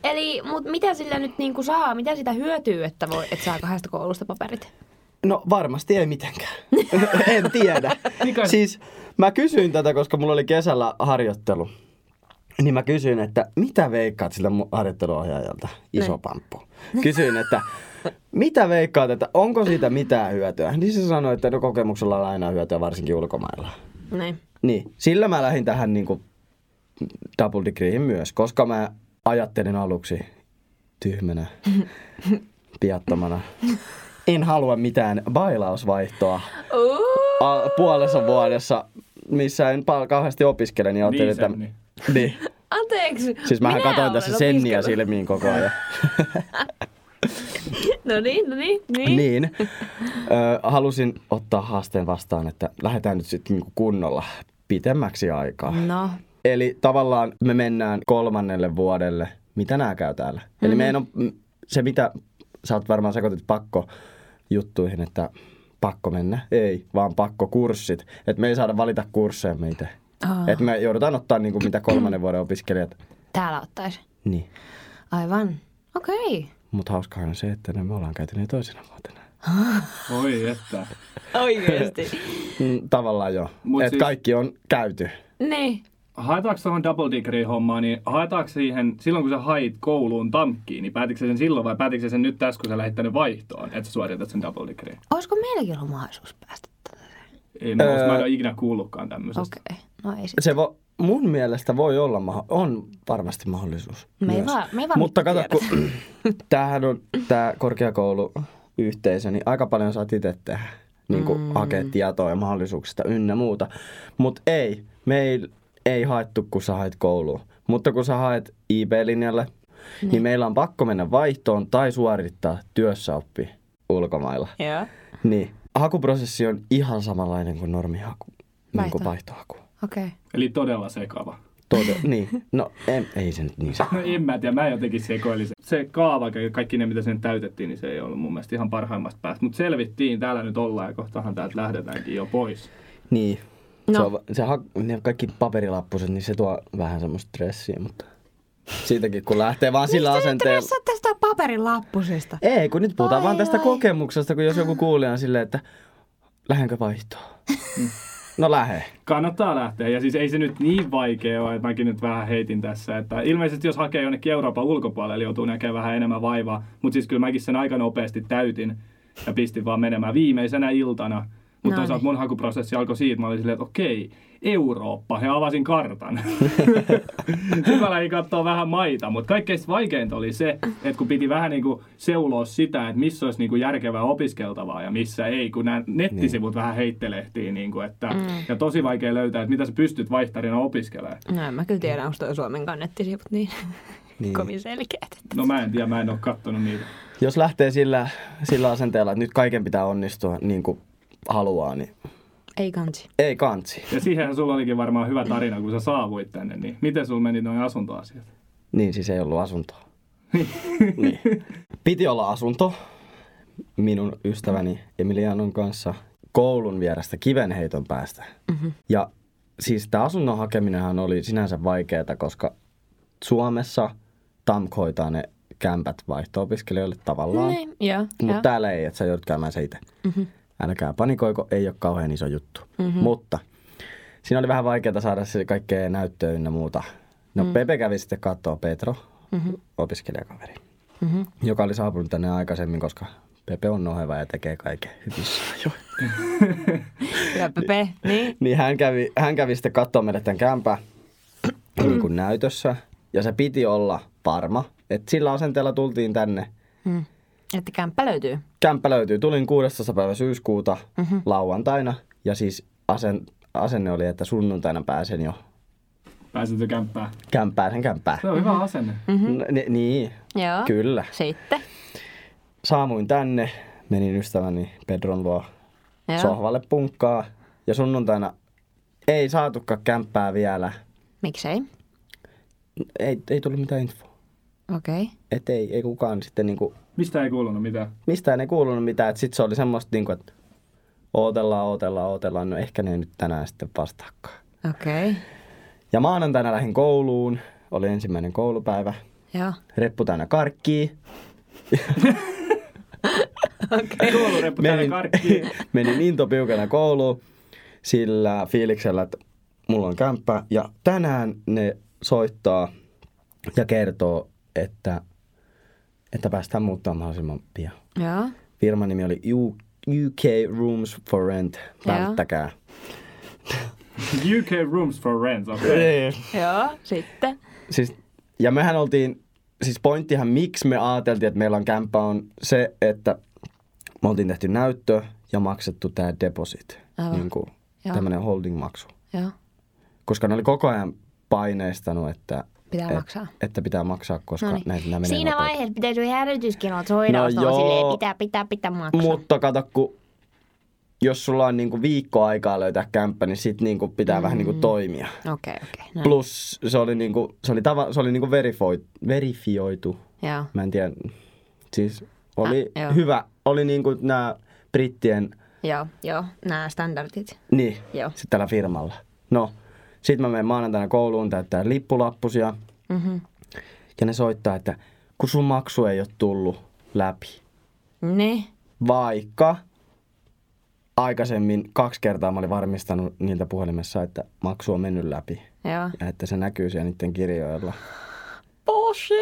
Speaker 2: Eli mut mitä sillä nyt niinku saa, mitä sitä hyötyy, että, voi, että saa kahdesta koulusta paperit?
Speaker 1: No varmasti ei mitenkään. en tiedä.
Speaker 3: Mikä-
Speaker 1: siis mä kysyin tätä, koska mulla oli kesällä harjoittelu. Niin mä kysyin, että mitä veikkaat siltä mun harjoitteluohjaajalta, iso
Speaker 2: Niin.
Speaker 1: pamppu. Kysyin, että mitä veikkaat, että onko siitä mitään hyötyä? Niin se sanoi, että no kokemuksella on aina hyötyä, varsinkin ulkomailla.
Speaker 2: Niin.
Speaker 1: Niin, sillä mä lähdin tähän niinku double degreein myös, koska mä ajattelin aluksi tyhmänä, piattomana. En halua mitään bailausvaihtoa
Speaker 2: Uh,
Speaker 1: a- puolessa vuodessa, missä en pal- kauheasti opiskele, niin ajattelin,
Speaker 3: Niin,
Speaker 1: että...
Speaker 3: Senni.
Speaker 1: Niin.
Speaker 2: anteeksi.
Speaker 1: Siis mähän
Speaker 2: Minä
Speaker 1: katsoin
Speaker 2: olen
Speaker 1: tässä senniä
Speaker 2: opiskellut.
Speaker 1: silmiin koko ajan.
Speaker 2: No niin, no niin, niin. niin.
Speaker 1: niin. Ö, halusin ottaa haasteen vastaan, että lähdetään nyt sitten niinku kunnolla pitemmäksi aikaa.
Speaker 2: No,
Speaker 1: Eli tavallaan me mennään kolmannelle vuodelle. Mitä nämä käy täällä? Mm-hmm. Eli meidän on mm, se, mitä sä oot varmaan sekoitit pakko juttuihin, että pakko mennä. Ei, vaan pakko kurssit. Että me ei saada valita kursseja meitä.
Speaker 2: Aa.
Speaker 1: Että me joudutaan ottaa niin kuin mitä kolmannen vuoden opiskelijat.
Speaker 2: täällä ottaisi.
Speaker 1: Niin.
Speaker 2: Aivan. Okei.
Speaker 1: Mutta hauskaahan on se, että ne me ollaan käyty ne toisena vuotena.
Speaker 3: Oi että.
Speaker 2: Okay. Oikeesti.
Speaker 1: Mm, Tavallaan joo.
Speaker 3: Mut
Speaker 1: Että
Speaker 3: siis-
Speaker 1: kaikki on käyty.
Speaker 2: niin.
Speaker 3: Haetaanko tuohon double degree-hommaan, niin haetaanko siihen, silloin kun sä hait kouluun tamkkiin, niin päätitkö sä sen silloin vai päätitkö sä sen nyt tässä, kun sä lähit tänne vaihtoon, että sä suoritat sen double degree?
Speaker 2: Olisiko meilläkin ollut mahdollisuus päästä tällaiseen?
Speaker 3: Ei, mä, öö...
Speaker 1: Öö.
Speaker 3: mä en ole ikinä kuullutkaan tämmöisestä.
Speaker 2: Okei. Okay. No ei sit.
Speaker 1: Se vo, mun mielestä voi olla, maho- on varmasti mahdollisuus.
Speaker 2: Me ei
Speaker 1: myös.
Speaker 2: vaan- me ei vaan
Speaker 1: Mutta
Speaker 2: mitään
Speaker 1: kato, kun tämähän on tämä korkeakouluyhteisö, niin aika paljon saat itse tehdä. Niin kuin mm. hakea tietoa ja mahdollisuuksista ynnä muuta. Mutta ei, me ei, ei haettu, kun sä haet kouluun. Mutta kun sä haet IB-linjalle, niin. niin meillä on pakko mennä vaihtoon tai suorittaa työssäoppi ulkomailla.
Speaker 2: Joo.
Speaker 1: Niin. Hakuprosessi on ihan samanlainen kuin normihaku, niin
Speaker 2: Vaihto.
Speaker 1: kuin vaihtohaku.
Speaker 2: Okei.
Speaker 3: Eli todella sekava.
Speaker 1: Todella, niin. No en, ei se nyt niin saa.
Speaker 3: No en mä tiedä, mä jotenkin sekoilin. sen. Se kaava, ja kaikki ne mitä sen täytettiin, niin se ei ollut mun mielestä ihan parhaimmasta päästä. Mutta selvittiin, täällä nyt ollaan ja kohtahan täältä lähdetäänkin jo pois.
Speaker 1: Niin.
Speaker 2: No.
Speaker 1: No. Se on, se ha- ne kaikki paperilappuset, niin se tuo vähän semmoista stressiä, mutta siitäkin kun lähtee vaan sillä
Speaker 2: Mistä
Speaker 1: asenteella.
Speaker 2: Mistä tästä paperilappusesta?
Speaker 1: Ei, kun nyt puhutaan
Speaker 2: Ai,
Speaker 1: ai, vaan tästä
Speaker 2: ai.
Speaker 1: ai. kokemuksesta, kun jos joku kuulee on silleen, että lähdenkö vaihtoon? no lähe.
Speaker 3: Kannattaa lähteä. Ja siis ei se nyt niin vaikea ole, että mäkin nyt vähän heitin tässä. Että ilmeisesti jos hakee jonnekin Euroopan ulkopuolelle, niin joutuu näkemään vähän enemmän vaivaa. Mutta siis kyllä mäkin sen aika nopeasti täytin ja pistin vaan menemään viimeisenä iltana.
Speaker 2: No
Speaker 3: Mutta toisaalta mun hakuprosessi alkoi siitä, mä olin silleen, että okei, Eurooppa, ja avasin kartan. Sitten mä lähdin katsoa vähän maita, mutta kaikkein vaikeinta oli se, että kun piti vähän niin kuin seuloa sitä, että missä olisi niin kuin järkevää opiskeltavaa ja missä ei, kun nämä nettisivut niin. vähän heittelehtii. Niin kuin, että, mm. Ja tosi vaikea löytää, että mitä sä pystyt vaihtarina opiskelemaan.
Speaker 2: No en mä kyllä tiedä, onko toi Suomen kannettisivut niin, niin. kovin selkeät. Että...
Speaker 3: No mä en tiedä, mä en ole kattonut niitä.
Speaker 1: Jos lähtee sillä, sillä asenteella, että nyt kaiken pitää onnistua niin kuin haluaa, niin
Speaker 2: Ei kansi.
Speaker 1: ei kansi.
Speaker 3: Ja siihenhän sulla olikin varmaan hyvä tarina, kun sä saavuit tänne. Niin miten sulla meni noin asuntoasiat?
Speaker 1: Niin, siis ei ollut asuntoa. niin. Piti olla asunto minun ystäväni Emilianon kanssa koulun vierestä kivenheiton päästä. Mm-hmm. Ja siis tämä asunnon hakeminenhan oli sinänsä vaikeaa, koska Suomessa TAMK hoitaa ne kämpät vaihto-opiskelijoille tavallaan.
Speaker 2: Niin, joo.
Speaker 1: Mutta
Speaker 2: joo.
Speaker 1: täällä ei, että sä joudut käymään se itse. Mm-hmm. Älkää panikoiko, ei ole kauhean iso juttu. Mm-hmm. Mutta siinä oli vähän vaikeaa saada se kaikkea näyttöä ynnä muuta. No mm. Pepe kävi sitten katsoa Petro, mm-hmm. opiskelijakaveri, mm-hmm. joka oli saapunut tänne aikaisemmin, koska Pepe on noheva ja tekee kaiken hyvissä ajoin.
Speaker 2: Hyvä Pepe. Niin.
Speaker 1: Niin hän kävi, hän kävi sitten katsoa meille tämän kämpää niin kuin näytössä. Ja se piti olla varma, että sillä asenteella tultiin tänne –
Speaker 2: Mm. Että kämppä löytyy.
Speaker 1: kämppä löytyy. Tulin 16. päivä syyskuuta mm-hmm. lauantaina ja siis asen, asenne oli, että sunnuntaina pääsen jo
Speaker 3: Pääsitkö kämppään?
Speaker 1: kämppään sen kämppään.
Speaker 3: Se on hyvä asenne.
Speaker 1: Mm-hmm. N- niin,
Speaker 2: Joo.
Speaker 1: kyllä.
Speaker 2: Sitten.
Speaker 1: Saamuin tänne, menin ystäväni Pedron luo
Speaker 2: Joo.
Speaker 1: Joo. sohvalle punkkaa ja sunnuntaina ei saatukaan kämppää vielä.
Speaker 2: Miksei?
Speaker 1: Ei, ei tullut mitään infoa.
Speaker 2: Okei. Okay.
Speaker 1: Et ei, ei kukaan sitten niinku,
Speaker 3: Mistä ei kuulunut mitään?
Speaker 1: mistään ei kuulunut mitään. Et sit se oli semmoista niinku, että ootellaan, ootellaan, ootellaan. No ehkä ne ei nyt tänään sitten vastaakaan.
Speaker 2: Okei.
Speaker 1: Ja maanantaina lähdin kouluun, Oli ensimmäinen koulupäivä.
Speaker 2: Joo.
Speaker 1: Reppu täynnä karkkia.
Speaker 2: Okei.
Speaker 3: Koulureppu täällä karkkiin.
Speaker 1: menin niin piukana kouluun sillä fiiliksellä, että mulla on kämppä. Ja tänään ne soittaa ja kertoo, että, että päästään muuttamaan mahdollisimman pian.
Speaker 2: Joo.
Speaker 1: Firman nimi oli U- UK Rooms for Rent. Välttäkää.
Speaker 3: UK Rooms for Rent, okei.
Speaker 2: Joo. Sitten.
Speaker 1: Siis, ja mehän oltiin, siis pointtihan miksi me ajateltiin, että meillä on kämppä on se, että me oltiin tehty näyttö ja maksettu tämä deposit.
Speaker 2: Aivan.
Speaker 1: Niin kuin
Speaker 2: Joo.
Speaker 1: tämmöinen holding-maksu.
Speaker 2: Joo.
Speaker 1: Koska ne oli koko ajan paineistanut, että
Speaker 2: Pitää
Speaker 1: et,
Speaker 2: maksaa. No niin.
Speaker 1: Että pitää maksaa, koska
Speaker 2: Noniin.
Speaker 1: näitä nämä menee
Speaker 4: Siinä
Speaker 1: nopeasti.
Speaker 4: vaiheessa pitäisi olla hälytyskelot soida,
Speaker 1: No
Speaker 4: no
Speaker 1: joo.
Speaker 4: silleen, pitää, pitää, pitää maksaa.
Speaker 1: Mutta kato, kun jos sulla on niinku viikko aikaa löytää kämppä, niin sit niinku pitää mm. vähän niinku toimia.
Speaker 2: Okei, okei. No.
Speaker 1: Plus se oli, niinku, se oli, tava, se oli niinku verifoi, verifioitu.
Speaker 2: Joo.
Speaker 1: Mä en tiedä. Siis oli
Speaker 2: Ah,
Speaker 1: ah,
Speaker 2: joo.
Speaker 1: hyvä. Oli niinku nämä brittien,
Speaker 2: Joo, joo. Nämä standardit.
Speaker 1: niin,
Speaker 2: Joo.
Speaker 1: sitten tällä firmalla. No, sit mä menen maanantaina kouluun täyttää lippulappusia.
Speaker 2: Mhm.
Speaker 1: Ja ne soittaa, että kun sun maksu ei ole tullut läpi.
Speaker 2: Ne.
Speaker 1: Vaikka aikaisemmin kaksi kertaa mä olin varmistanut niiltä puhelimessa, että maksu on mennyt läpi.
Speaker 2: Joo.
Speaker 1: Ja että se näkyy siellä niiden kirjoilla. Eh.
Speaker 2: Bullshit!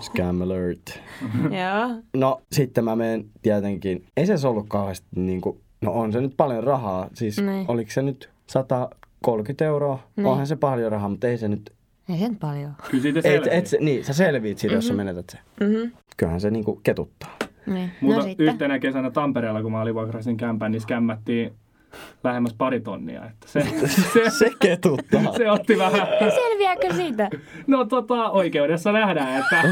Speaker 1: Scam alert.
Speaker 2: joo.
Speaker 1: No sitten mä menen tietenkin, ei se ollut kauheasti niinku, no on se nyt paljon rahaa, siis
Speaker 2: Niin.
Speaker 1: oliko se nyt 130 euroa, onhan se paljon rahaa, mutta ei se nyt,
Speaker 2: Ei sen paljon.
Speaker 3: Kyllä siitä
Speaker 1: ei,
Speaker 3: selviää.
Speaker 1: et, se, niin sä selviit siitä, jos sä menetät se.
Speaker 2: Mhm.
Speaker 1: Kyllähän se niinku ketuttaa.
Speaker 2: Niin.
Speaker 3: Mutta
Speaker 4: No sitten.
Speaker 3: yhtenä kesänä Tampereella, kun mä alivuokrasin kämpän, niin skämmättiin lähemmäs pari tonnia. Että se, se, se,
Speaker 1: Se ketuttaa.
Speaker 3: se otti vähän.
Speaker 2: Selviääkö siitä?
Speaker 3: No tota, oikeudessa nähdään, että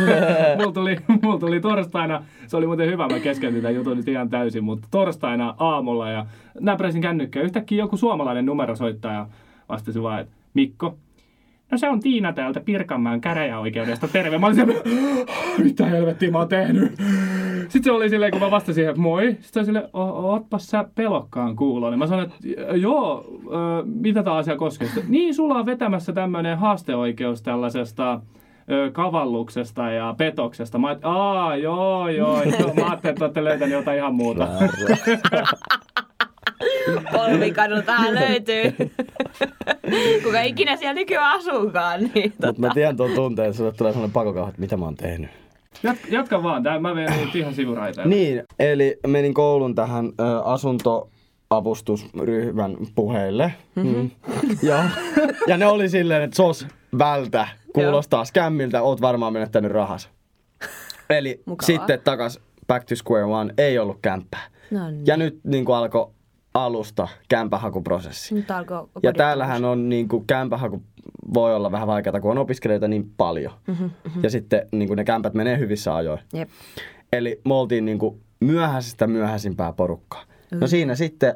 Speaker 3: mulla tuli, mul tuli torstaina, se oli muuten hyvä, mä keskeytin tämän jutun nyt ihan täysin, mutta torstaina aamulla ja näpräsin kännykkää. Yhtäkkiä joku suomalainen numero soittaa ja vastasi vaan, että Mikko, No se on Tiina täältä Pirkanmaan käräjäoikeudesta. Terve. Mä olin siellä, mitä helvettiä mä oon tehnyt. Sitten se oli silleen, kun mä vastasin, että moi. Sitten se oli silleen, "O- ootpas sä pelokkaan kuulonen. Mä sanoin, että joo, ö, mitä tämä asia koskee? Sitten, Niin, sulla on vetämässä tämmöinen haasteoikeus tällaisesta ö, kavalluksesta ja petoksesta. Mä ajattelin, aa, joo, joo. joo. Mä ajattelin, että olette löytänyt jotain ihan muuta.
Speaker 2: Polvikadultahan löytyy. Kuka ikinä siellä nykyään asuukaan, niin to-
Speaker 1: Mutta mä tiedän tuon tunteen, että sulle tulee sellainen pakokauha, että mitä mä oon tehnyt.
Speaker 3: Jat- jatka vaan, tää, mä menen nyt ihan sivuraiteen.
Speaker 1: Niin, eli menin koulun tähän ö, asuntoavustusryhmän puheille. Mm-hmm. Ja, ja ne oli silleen, että sos, vältä, kuulostaa skämmiltä, oot varmaan menettänyt rahas. Eli
Speaker 2: Mukavaa.
Speaker 1: sitten takas back to square one, ei ollut kämppää.
Speaker 2: No niin.
Speaker 1: Ja nyt niin alkoi alusta kämpähakuprosessi.
Speaker 2: Nyt alkoi
Speaker 1: Ja täällähän on niin kuin, kämpähaku voi olla vähän vaikeaa, kun on opiskelijoita niin paljon. Mm-hmm, Ja sitten niin kuin, ne kämpät menee hyvissä ajoin.
Speaker 2: Jep.
Speaker 1: Eli me oltiin niinku myöhäisestä myöhäisimpää porukkaa.
Speaker 2: Mm.
Speaker 1: No siinä sitten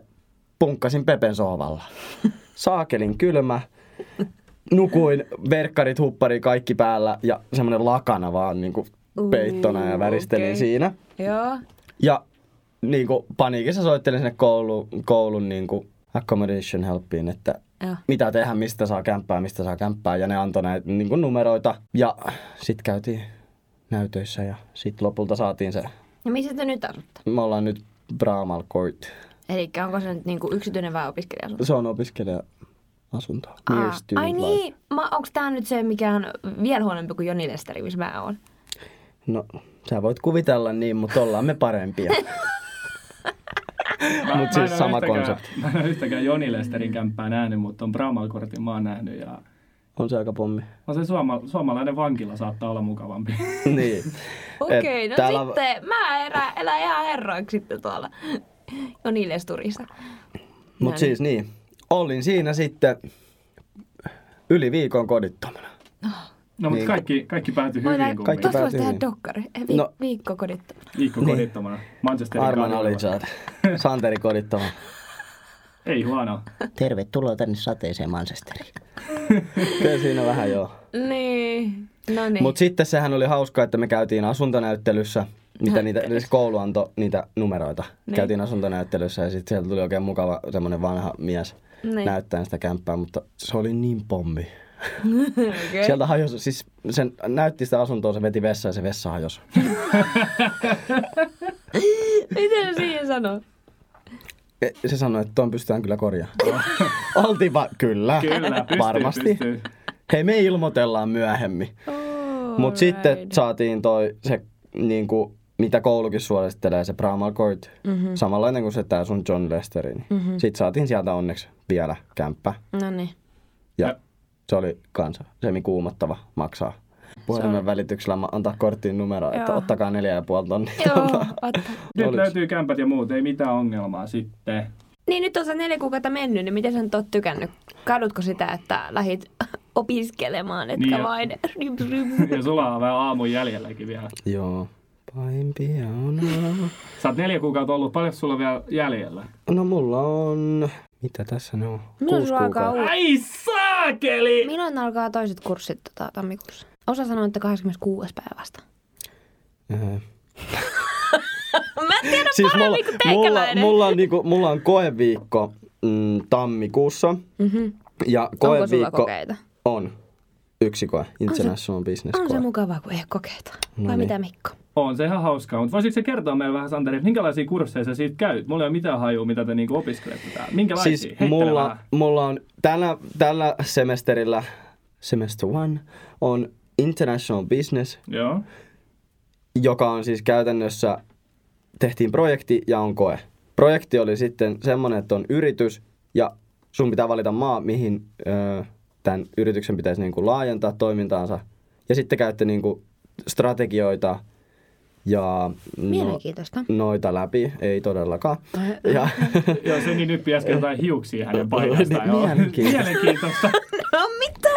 Speaker 1: punkkasin Pepen sohvalla. Saakelin kylmä, nukuin, verkkarit, huppari kaikki päällä ja semmoinen lakana vaan niinku peittona ja
Speaker 2: Uu,
Speaker 1: väristelin
Speaker 2: okei.
Speaker 1: siinä.
Speaker 2: Joo.
Speaker 1: Ja niinku paniikissa soittelin sinne koulu, koulun niinku accommodation helpiin, että
Speaker 2: Joo.
Speaker 1: mitä tehdään, mistä saa kämppää, mistä saa kämppää. Ja ne antoi näitä niin kuin numeroita. Ja sitten käytiin näytöissä ja sitten lopulta saatiin se
Speaker 2: No missä te nyt asutte?
Speaker 1: me ollaan nyt Braamal Court.
Speaker 2: Eli onko se nyt niinku yksityinen vai opiskelija
Speaker 1: Se on opiskelija-asunto. Near student
Speaker 2: Ai
Speaker 1: life.
Speaker 2: niin, mä, onks tää nyt se, mikä on vielä huonompi kuin Joni Lesteri, missä mä oon?
Speaker 1: No, sä voit kuvitella niin, mutta ollaan me parempia.
Speaker 3: Mä-
Speaker 1: Mut
Speaker 3: mä
Speaker 1: siis
Speaker 3: en oo
Speaker 1: sama
Speaker 3: yhtäkään-
Speaker 1: konsepti.
Speaker 3: Mä en ole yhtäkään Joni Lesterin kämppää nähnyt, mutta on Braumalkortin mä oon nähnyt. Ja
Speaker 1: on se aika pommi.
Speaker 3: no se suoma, suomalainen vankila saattaa olla mukavampi.
Speaker 1: niin.
Speaker 2: Okei,
Speaker 1: Et
Speaker 2: no
Speaker 1: täällä-
Speaker 2: sitten mä erä, elän ihan herroiksi sitten tuolla Joni Lesturissa.
Speaker 1: Mutta siis niin, olin siinä sitten yli viikon kodittomana.
Speaker 3: No mutta
Speaker 1: Niin.
Speaker 3: kaikki, kaikki päätyi hyvin
Speaker 2: Voidaan,
Speaker 3: kuin
Speaker 1: Kaikki
Speaker 2: tosta voisi
Speaker 1: päätyy
Speaker 2: tehdä
Speaker 1: hyvin.
Speaker 2: dokkari, Eh, vi,
Speaker 1: No.
Speaker 2: viikko kodittomana.
Speaker 3: viikko kodittomana. Manchesterin
Speaker 1: Arman
Speaker 3: kaduilla.
Speaker 1: oli saada. Santeri kodittava.
Speaker 3: Ei huono.
Speaker 1: Tervetuloa tänne sateiseen Manchesteriin. Kyllä siinä vähän joo.
Speaker 2: Niin, no niin.
Speaker 1: Mutta sitten sehän oli hauskaa, että me käytiin asuntonäyttelyssä, mitä niitä, se koulu antoi niitä numeroita.
Speaker 2: Niin.
Speaker 1: Käytiin asuntonäyttelyssä ja sitten sieltä tuli oikein mukava semmoinen vanha mies
Speaker 2: Niin.
Speaker 1: näyttäen sitä kämppää, mutta se oli niin pommi.
Speaker 2: Okay.
Speaker 1: Sieltä hajosi, siis sen näytti sitä asuntoa, se veti vessaan ja se vessa hajosi.
Speaker 2: Miten se siihen sanoo?
Speaker 1: E, Se sanoi, että tuon pystytään kyllä korjaamaan. Oltiin va- kyllä,
Speaker 3: Kyllä, pystyy,
Speaker 1: varmasti.
Speaker 3: pystyy.
Speaker 1: Hei, me ilmoitellaan myöhemmin. Mutta
Speaker 2: Alright.
Speaker 1: sitten saatiin toi se, niin kuin, mitä koulukin suosittelee, se Primal Court. Mm-hmm. Samanlainen kuin se tää sun John Lesterin. Mm-hmm. Sitten saatiin sieltä onneksi vielä kämppä.
Speaker 2: No niin.
Speaker 1: Ja
Speaker 3: Ja.
Speaker 1: se oli kanssa semi kuumattava maksaa. Puhelimen välityksellä ma- antaa korttiin numero, että
Speaker 2: Joo.
Speaker 1: ottakaa neljä ja puoli tonnia.
Speaker 2: Joo, otta.
Speaker 3: Nyt
Speaker 1: Oliks?
Speaker 3: löytyy kämpät ja muut, ei mitään ongelmaa sitten.
Speaker 2: Niin nyt on se neljä kuukautta mennyt, niin miten sä nyt oot tykännyt? Kadutko sitä, että lähit opiskelemaan, etkä
Speaker 3: Niin.
Speaker 2: niin vain ryp, ryp.
Speaker 3: Ja sulla on vähän aamun jäljelläkin vielä.
Speaker 1: Joo. Paimpia on.
Speaker 3: Sä oot neljä kuukautta ollut, paljon sulla on vielä jäljellä?
Speaker 1: No mulla on... Mitä tässä ne on?
Speaker 2: Milloin
Speaker 1: Kuusi
Speaker 2: sulla alkaa
Speaker 1: kuukautta.
Speaker 2: uusi?
Speaker 3: Ai saakeli!
Speaker 2: Milloin alkaa toiset kurssit tota, tammikuussa? Osa sanoi, että 26. päivästä.
Speaker 1: Öö.
Speaker 2: Mä en tiedä
Speaker 1: Siis mulla,
Speaker 2: paremmin
Speaker 1: mulla,
Speaker 2: kuin niinku teikäläinen.
Speaker 1: mulla, on, niinku, mulla on koeviikko mm, tammikuussa.
Speaker 2: Mm-hmm.
Speaker 1: Ja
Speaker 2: Onko sulla
Speaker 1: koeviikko
Speaker 2: kokeita?
Speaker 1: on yksi koe. International Business
Speaker 2: On se
Speaker 1: koe.
Speaker 2: mukavaa, kun ei ole kokeita. Vai
Speaker 1: niin.
Speaker 2: mitä Mikko?
Speaker 3: On se ihan hauskaa, mutta voisitko sä kertoa meille vähän Santeri, että minkälaisia kursseja sä siitä käyt? Mulla ei ole mitään hajua, mitä te niinku opiskelette täällä. Minkälaisia?
Speaker 1: Siis
Speaker 3: Heittele
Speaker 1: mulla,
Speaker 3: vähän.
Speaker 1: mulla on tällä, tällä semesterillä, semester one, on international business,
Speaker 3: Joo.
Speaker 1: joka on siis käytännössä, tehtiin projekti ja on koe. Projekti oli sitten semmoinen, että on yritys ja sun pitää valita maa, mihin ö, tämän yrityksen pitäisi niin kuin laajentaa toimintaansa. Ja sitten käytte niin kuin strategioita ja no,
Speaker 2: Mielenkiintoista.
Speaker 1: noita läpi, ei todellakaan. Ja,
Speaker 3: Joo, se niin nyppi äsken jotain hiuksia hänen paikastaan.
Speaker 1: Niin,
Speaker 3: Joo.
Speaker 1: Mielenkiintoista.
Speaker 3: Mielenkiintoista.
Speaker 2: No mitä?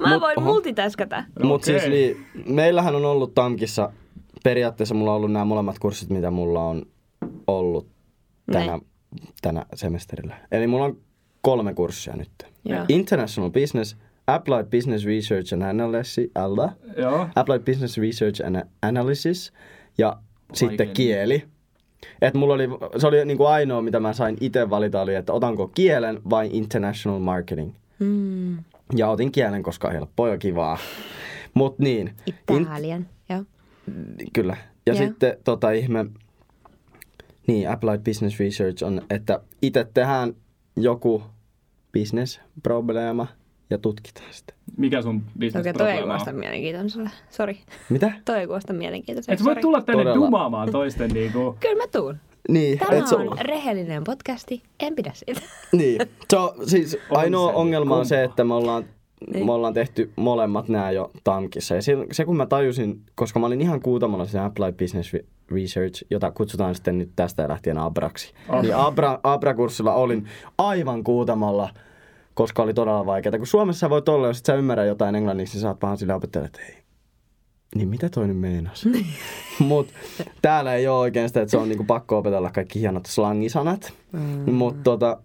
Speaker 2: Mä
Speaker 1: Mut-
Speaker 2: voin
Speaker 1: oho.
Speaker 2: multitaskata.
Speaker 1: Mutta
Speaker 3: Okei.
Speaker 1: siis niin, meillähän on ollut tankissa, periaatteessa mulla on ollut nämä molemmat kurssit, mitä mulla on ollut tänä, tänä semesterillä. Eli mulla on kolme kurssia nyt.
Speaker 2: Joo.
Speaker 1: International Business, Applied Business Research and Analysis, alla,
Speaker 3: Joo.
Speaker 1: Applied Business Research and Analysis ja sitten
Speaker 3: nimi.
Speaker 1: kieli. Et mulla oli, se oli niinku ainoa, mitä mä sain itse valita, oli, että otanko kielen vai international marketing.
Speaker 2: Mm.
Speaker 1: Ja otin kielen, koska helppoa ja kivaa. Mut niin. In-
Speaker 2: Italian. Joo.
Speaker 1: Kyllä. Ja
Speaker 2: Joo.
Speaker 1: sitten tota ihme, niin Applied Business Research on, että itse tehdään joku bisnesprobleema ja tutkitaan sitä.
Speaker 3: Mikä sun business
Speaker 2: Okei, toi ei
Speaker 3: okay,
Speaker 2: kuulosta mielenkiintoiselle. Sori.
Speaker 1: Mitä?
Speaker 2: Toi ei kuulosta mielenkiintoiselle.
Speaker 3: Et sä voi
Speaker 2: Sori.
Speaker 3: tulla tänne
Speaker 1: Todella.
Speaker 3: dumaamaan toisten niinku.
Speaker 2: Kyllä mä tuun.
Speaker 1: Niin,
Speaker 2: Tämä
Speaker 1: et se,
Speaker 2: on rehellinen podcasti. En pidä siitä.
Speaker 1: niin. Se on, siis
Speaker 3: On
Speaker 1: ainoa
Speaker 3: se
Speaker 1: ongelma on
Speaker 3: kombo.
Speaker 1: se, että me ollaan,
Speaker 2: Niin.
Speaker 1: me ollaan tehty molemmat nämä jo tankissa. Ja se, se kun mä tajusin, koska mä olin ihan kuutamolla siinä Applied Business Re- Research, jota kutsutaan sitten nyt tästä lähtien Abraksi.
Speaker 3: Abra.
Speaker 1: Niin Abra, Abra-kurssilla olin aivan kuutamolla, koska oli todella vaikeaa. Kun Suomessa voit olla, jos et sä ymmärrä jotain englanniksi, niin sä oot vaan sillä opettajalle, että ei. Niin mitä toi nyt meinas? Mut täällä ei ole oikein sitä, että se on niinku pakko opetella kaikki hienot slangisanat. Mm. Mut tota,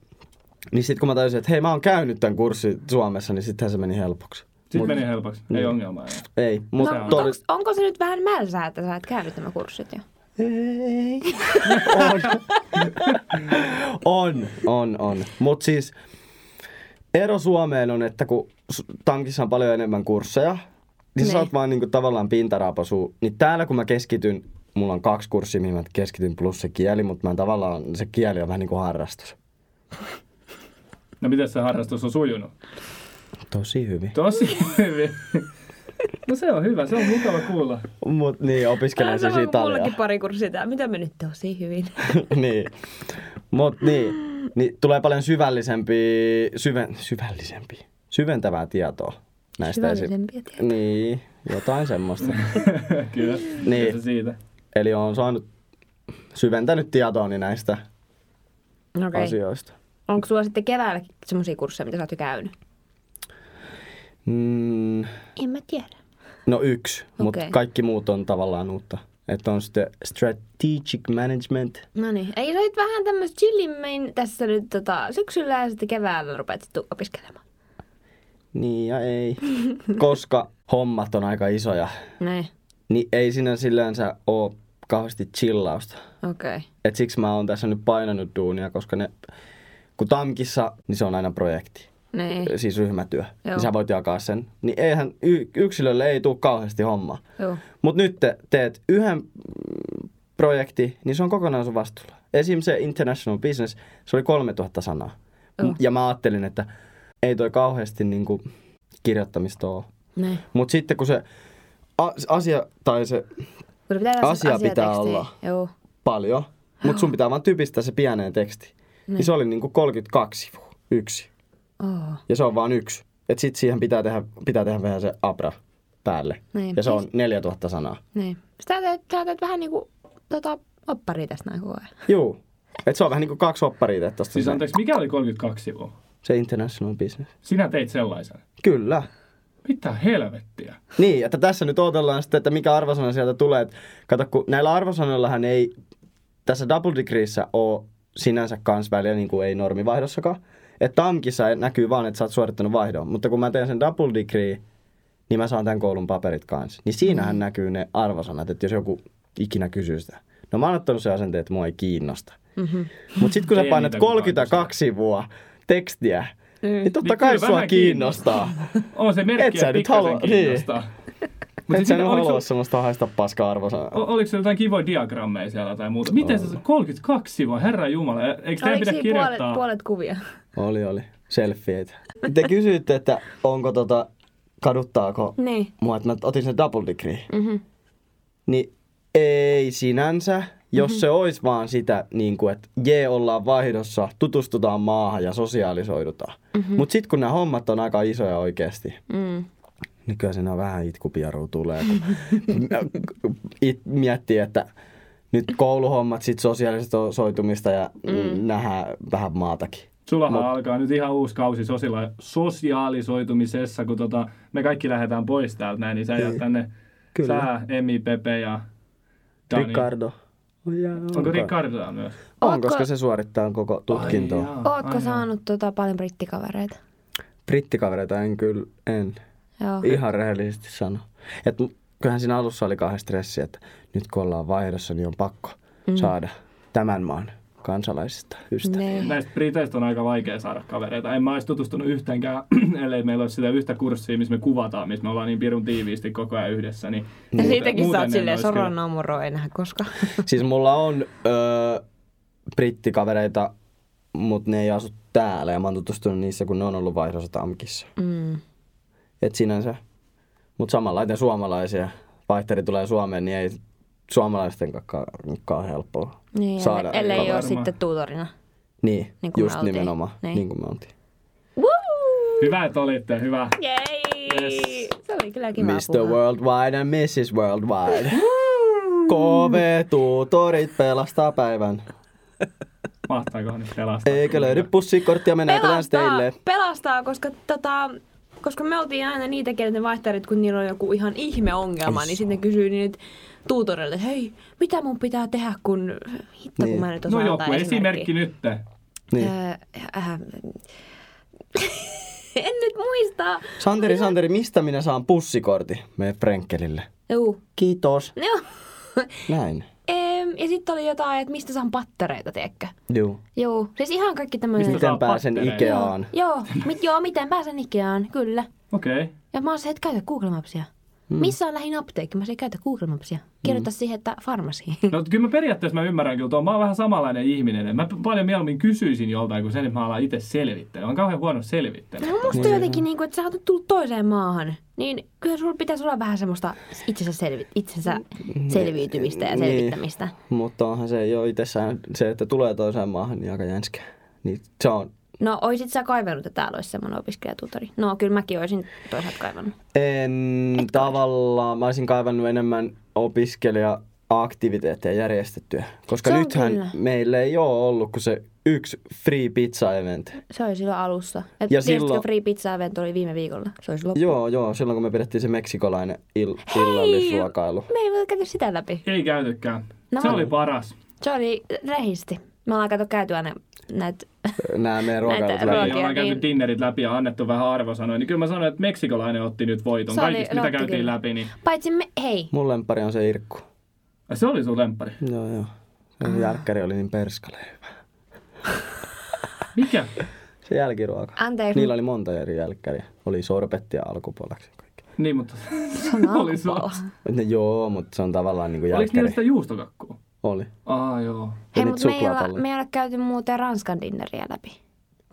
Speaker 1: niin sitten kun mä tajusin, että hei mä oon käynyt tämän kurssin Suomessa, niin sittenhän se meni helpoksi.
Speaker 3: Sitten meni helpoksi.
Speaker 1: Niin.
Speaker 3: Ei ongelmaa. enää.
Speaker 1: Ei, mutta
Speaker 2: no,
Speaker 1: no,
Speaker 2: mut
Speaker 1: todella...
Speaker 2: onks, onko se nyt vähän mälsää, että sä et käynyt nämä kurssit jo?
Speaker 1: Ei. on. on, on, on. Mutta siis ero Suomeen on, että kun s- tankissa on paljon enemmän kursseja, niin sä
Speaker 2: Niin.
Speaker 1: saat vaan niinku tavallaan pintaraapasu. Niin täällä kun mä keskityn, mulla on kaksi kurssia, mihin mä keskityn plus se kieli, mutta mä en tavallaan, se kieli on vähän niin kuin harrastus.
Speaker 3: No miten se harrastus on sujunut?
Speaker 1: Tosi hyvin.
Speaker 3: Tosi hyvin. No se on hyvä, se on mukava kuulla.
Speaker 1: Mut niin, opiskelen siis italiaa.
Speaker 2: Mullakin pari kurssia täällä. Mitä me nyt tosi hyvin?
Speaker 1: niin. Mut niin. niin. tulee paljon syvällisempi, syven, syvällisempi, syventävää tietoa näistä esi-
Speaker 2: Syvällisempiä tietoja.
Speaker 1: Niin, jotain semmoista.
Speaker 3: Kyllä.
Speaker 1: Niin.
Speaker 3: Se siitä.
Speaker 1: Eli on saanut syventänyt tietooni näistä okay.
Speaker 2: Okei. Okay.
Speaker 1: asioista.
Speaker 2: Onko sulla sitten keväällä semmoisia kursseja, mitä sä oot jo käynyt?
Speaker 1: Mm,
Speaker 4: En mä tiedä.
Speaker 1: no yksi, okay. mutta
Speaker 2: Okei.
Speaker 1: kaikki muut on tavallaan uutta. Että on sitten strategic management.
Speaker 2: No niin. Ei sä nyt vähän tämmöistä chillimmin tässä nyt tota, syksyllä ja sitten keväällä rupeat sit tu- opiskelemaan.
Speaker 1: Niin ja ei. Koska hommat on aika isoja,
Speaker 2: Näin.
Speaker 1: niin ei siinä sillänsä ole kauheasti chillausta.
Speaker 2: Okei. Okay.
Speaker 1: Et siksi mä oon tässä nyt painanut duunia, koska ne, kun tankissa, niin se on aina projekti.
Speaker 2: Niin.
Speaker 1: siis ryhmätyö,
Speaker 2: Joo.
Speaker 1: niin sä voit jakaa sen. Niin eihän y- yksilölle ei tule kauheasti hommaa.
Speaker 2: Joo.
Speaker 1: Mutta nyt te teet yhden mm, projekti, niin se on kokonaan sun vastuulla. Esim. se International Business, se oli 3000 sanaa.
Speaker 2: Joo.
Speaker 1: Joo. Ja mä ajattelin, että ei toi kauheasti niinku kirjoittamista ole.
Speaker 2: Niin.
Speaker 1: Mutta sitten kun se a- asia tai se
Speaker 2: Kun pitää
Speaker 1: Asia
Speaker 2: olla asiatekstiä.
Speaker 1: pitää olla.
Speaker 2: Joo.
Speaker 1: paljon, mutta sun pitää vaan typistää se pieneen tekstiin. Niin se oli niinku 32 sivua, yksi.
Speaker 2: Oh.
Speaker 1: Ja se on vaan yksi. Et sit siihen pitää tehdä, pitää tehdä vähän se abra päälle.
Speaker 2: Niin.
Speaker 1: Ja se on 4000 sanaa.
Speaker 2: Niin. Sä teet, sä teet vähän niinku tota, oppari tässä näin koko ajan.
Speaker 1: Juu. Et se on vähän niinku kaksi hopparia teet tosta.
Speaker 3: Siis
Speaker 1: se-
Speaker 3: anteeksi, mikä oli 32 sivua?
Speaker 1: Se international business.
Speaker 3: Sinä teit sellaisen.
Speaker 1: Kyllä.
Speaker 3: Mitä helvettiä?
Speaker 1: Niin, että tässä nyt odotellaan sitten, että mikä arvosana sieltä tulee. Et kato, kun näillä arvosanoillahan ei tässä double degreeissä ole sinänsä kans väliä, niin kuin ei normivaihdossakaan. Että TAMKissa näkyy vaan, että sä oot suorittanut vaihdon. Mutta kun mä teen sen double degree, niin mä saan tämän koulun paperit kanssa. Niin siinähän mm. näkyy ne arvosanat, että jos joku ikinä kysyy sitä. No mä oon ottanut sen asenteen, että mua ei kiinnosta. Mm-hmm. Mutta sitten kun sä
Speaker 3: Ei
Speaker 1: painat
Speaker 3: niitä kukaan
Speaker 1: 32 sivua tekstiä,
Speaker 2: Mm.
Speaker 1: mm. niin totta
Speaker 3: Niin
Speaker 1: kai
Speaker 3: kyllä
Speaker 1: sua
Speaker 3: vähän
Speaker 1: kiinnostaa.
Speaker 3: On se merkki,
Speaker 1: Et sä
Speaker 3: että
Speaker 1: nyt
Speaker 3: pikkasen
Speaker 1: halua- Niin.
Speaker 3: kiinnostaa. Mut
Speaker 1: Et
Speaker 3: siis
Speaker 1: sä
Speaker 3: mitä-
Speaker 1: nyt
Speaker 3: oliko
Speaker 1: halua
Speaker 3: sul-
Speaker 1: semmoista haista paskaa arvosanaa.
Speaker 3: o- Oliko se jotain kivoja diagrammeja siellä tai muuta? Miten se 32 sivua, herra jumala, eikö tämä
Speaker 2: Oliko siinä
Speaker 3: pidä
Speaker 2: puolet,
Speaker 3: kirjoittaa?
Speaker 2: puolet kuvia?
Speaker 1: Oli, oli. Selfieitä. Te kysyitte, että onko tota, kaduttaako
Speaker 2: Niin.
Speaker 1: mua, että mä otin sen double degree.
Speaker 2: Mm-hmm.
Speaker 1: Niin ei sinänsä, jos se olisi vaan sitä, niin kuin, että jee, ollaan vaihdossa, tutustutaan maahan ja sosiaalisoidutaan. Mm-hmm. Mutta sitten kun nämä hommat on aika isoja oikeasti,
Speaker 2: Mm.
Speaker 1: niin kyllä siinä vähän itkupiaru tulee, kun it, miettii, että nyt kouluhommat, sitten sosiaalista soitumista ja mm. nähdään vähän maatakin.
Speaker 3: Sulahan alkaa nyt ihan uusi kausi sosila- sosiaalisoitumisessa, kun tota, me kaikki lähdetään pois täältä näin, niin sä jäät tänne
Speaker 1: Kyllä.
Speaker 3: sä, Emi, Pepe ja Dani.
Speaker 1: Ricardo. Oi jaa,
Speaker 3: niin- Onko Ricardo täällä myös?
Speaker 1: On,
Speaker 2: Ootko-
Speaker 1: koska se suorittaa koko tutkintoa.
Speaker 3: Ai jaa,
Speaker 2: Ootko
Speaker 3: ai jaa.
Speaker 2: saanut tota, paljon brittikavereita?
Speaker 1: Brittikavereita en kyllä, en.
Speaker 2: Joo.
Speaker 1: Ihan rehellisesti sano. Et, m- kyllähän siinä alussa oli kauhean stressi, että nyt kun ollaan vaihdossa, niin on pakko mm. saada tämän maan kansalaisista ystäviä.
Speaker 2: Ne.
Speaker 3: Näistä briteistä on aika vaikea saada kavereita. En mä olisi tutustunut yhteenkään, ellei meillä olisi sitä yhtä kurssia, missä me kuvataan, missä me ollaan niin pirun tiiviisti koko ajan yhdessä. Niin
Speaker 2: Ja
Speaker 3: muuten-
Speaker 2: siitäkin sä
Speaker 3: muuten
Speaker 2: oot
Speaker 3: en
Speaker 2: silleen
Speaker 3: olisi kyllä-
Speaker 2: soron amuro enää koska.
Speaker 1: Siis mulla on öö, brittikavereita, mutta ne ei asu täällä ja mä oon tutustunut niissä, kun ne on ollut vaihdossa Tamkissa.
Speaker 2: Mm.
Speaker 1: Et sinänsä. Mutta samanlaiten suomalaisia. Vaihteri tulee Suomeen, niin ei suomalaisten kakkaan helppoa
Speaker 2: Niin,
Speaker 1: saada.
Speaker 2: ellei, ellei ole
Speaker 1: kavereita.
Speaker 3: varmaan.
Speaker 2: sitten tuutorina.
Speaker 1: Niin,
Speaker 2: Niin
Speaker 1: niin
Speaker 2: kuin me
Speaker 1: just
Speaker 2: oltiin.
Speaker 1: nimenomaan. Niin.
Speaker 2: Niin.
Speaker 1: niin kuin me oltiin.
Speaker 2: Woo!
Speaker 3: Hyvä, että olitte. Hyvä.
Speaker 2: Jei!
Speaker 3: Yes.
Speaker 2: Se oli kyllä kiva Mm.
Speaker 1: Mr. Worldwide and Mrs. Worldwide. KV tuutorit pelastaa päivän.
Speaker 3: Mahtaako nyt pelastaa?
Speaker 1: Eikö löydy pussikorttia, menee
Speaker 2: Pelastaa,
Speaker 1: teille.
Speaker 2: pelastaa, koska tota, koska me oltiin aina niitä, kenet ne vaihterit, kun niillä on joku ihan ihmeongelma, niin sitten ne kysyy niitä tuutorille, että hei, mitä mun pitää tehdä, kun hitto, kun
Speaker 1: Niin.
Speaker 2: mä nyt
Speaker 3: No
Speaker 2: osaan
Speaker 3: joku
Speaker 2: antaa
Speaker 3: esimerkki nyt.
Speaker 1: Niin.
Speaker 2: Äh, äh, en nyt muista.
Speaker 1: Santeri, Santeri, mistä minä saan pussikortin? Mene Frenkelille.
Speaker 2: Juu.
Speaker 1: Kiitos.
Speaker 2: Joo.
Speaker 1: Näin.
Speaker 2: Em, ja sitten oli jotain, että mistä saan pattereita, tiedätkö?
Speaker 1: Juu.
Speaker 2: Joo, siis ihan kaikki tämmöinen.
Speaker 3: Mistä saa
Speaker 1: Miten pääsen
Speaker 3: pattereita?
Speaker 1: Ikeaan?
Speaker 2: Joo, mit, joo, miten pääsen Ikeaan, kyllä.
Speaker 3: Okei. Okay.
Speaker 2: Ja mä oon se, että käytä Google Mapsia. Mm.
Speaker 1: Hmm.
Speaker 2: Missä on lähin apteekki? Mä sanoin, käytä Google Mapsia. Kirjoita mm. siihen, että farmasiin.
Speaker 1: Niin,
Speaker 3: No kyllä mä periaatteessa mä ymmärrän kyllä tuon. Mä oon vähän samanlainen ihminen. Mä p- paljon mieluummin kysyisin joltain kuin sen, että mä alan itse selvittää. Mä oon kauhean huono selvittää.
Speaker 2: No musta niin. jotenkin, niin kuin, että sä oot nyt tullut toiseen maahan. Niin kyllä sulla pitäisi olla vähän semmoista itsensä, selvi, itsensä selviytymistä ja
Speaker 1: Niin.
Speaker 2: selvittämistä.
Speaker 1: Mutta onhan se jo itsessään se, että tulee toiseen maahan, niin aika jänskää. Niin se on.
Speaker 2: No, oisit sä kaivannut, että täällä olisi semmoinen opiskelijatutori? No, kyllä mäkin olisin toisaalta kaivannut.
Speaker 1: En tavallaan, mä olisin kaivannut enemmän opiskelija aktiviteetteja järjestettyä. Koska
Speaker 2: Se on
Speaker 1: nythän
Speaker 2: kyllä.
Speaker 1: meillä ei ole ollut kuin se yksi free pizza event.
Speaker 2: Se oli silloin alussa. Et
Speaker 1: Ja
Speaker 2: ja silloin...
Speaker 1: silloin-
Speaker 2: Free Pizza Event oli viime viikolla. Se olisi loppu.
Speaker 1: Joo, joo, silloin kun me pidettiin se meksikolainen il-
Speaker 2: Hei!
Speaker 1: illallisruokailu.
Speaker 2: Me ei voi käydä sitä läpi.
Speaker 3: Ei käytykään.
Speaker 2: No.
Speaker 3: No. Se oli paras.
Speaker 2: Se oli rehisti. Me ollaan kato käyty aina näitä...
Speaker 1: Nämä meidän ruokailut
Speaker 2: Näitä
Speaker 1: läpi.
Speaker 2: ruokia.
Speaker 3: Niin, ollaan käyty
Speaker 2: niin-
Speaker 3: dinnerit läpi ja annettu vähän arvosanoja. Niin kyllä mä sanoin, että meksikolainen otti nyt voiton.
Speaker 2: Se oli-
Speaker 3: Kaikista,
Speaker 2: no,
Speaker 3: mitä
Speaker 2: otti
Speaker 3: käytiin
Speaker 2: kyllä.
Speaker 3: läpi, niin
Speaker 2: Paitsi me... Hei.
Speaker 1: Mun lempari on se Irkku.
Speaker 3: Ai, se oli sun lemppari.
Speaker 1: Joo,
Speaker 2: Ah.
Speaker 1: joo. Se Järkkäri oli niin perskaleen hyvä.
Speaker 3: Mikä?
Speaker 1: Se jälkiruoka.
Speaker 2: Anteeksi.
Speaker 1: Niillä oli monta eri jälkkäriä. Oli sorbettia alkupuolaksi.
Speaker 3: Niin, mutta
Speaker 2: Se on
Speaker 3: Oli
Speaker 2: alkupuolella.
Speaker 1: No, joo, mutta se on tavallaan niinku
Speaker 3: oliko
Speaker 1: jälkkäri.
Speaker 3: niillä sitä juustokakkua?
Speaker 1: Oli.
Speaker 3: Aa, joo.
Speaker 1: Ja
Speaker 2: Hei,
Speaker 1: niitä
Speaker 2: mutta me, ei olla,
Speaker 1: suklaapalloja.
Speaker 2: me ei ole käyty muuten Ranskan dinneriä läpi.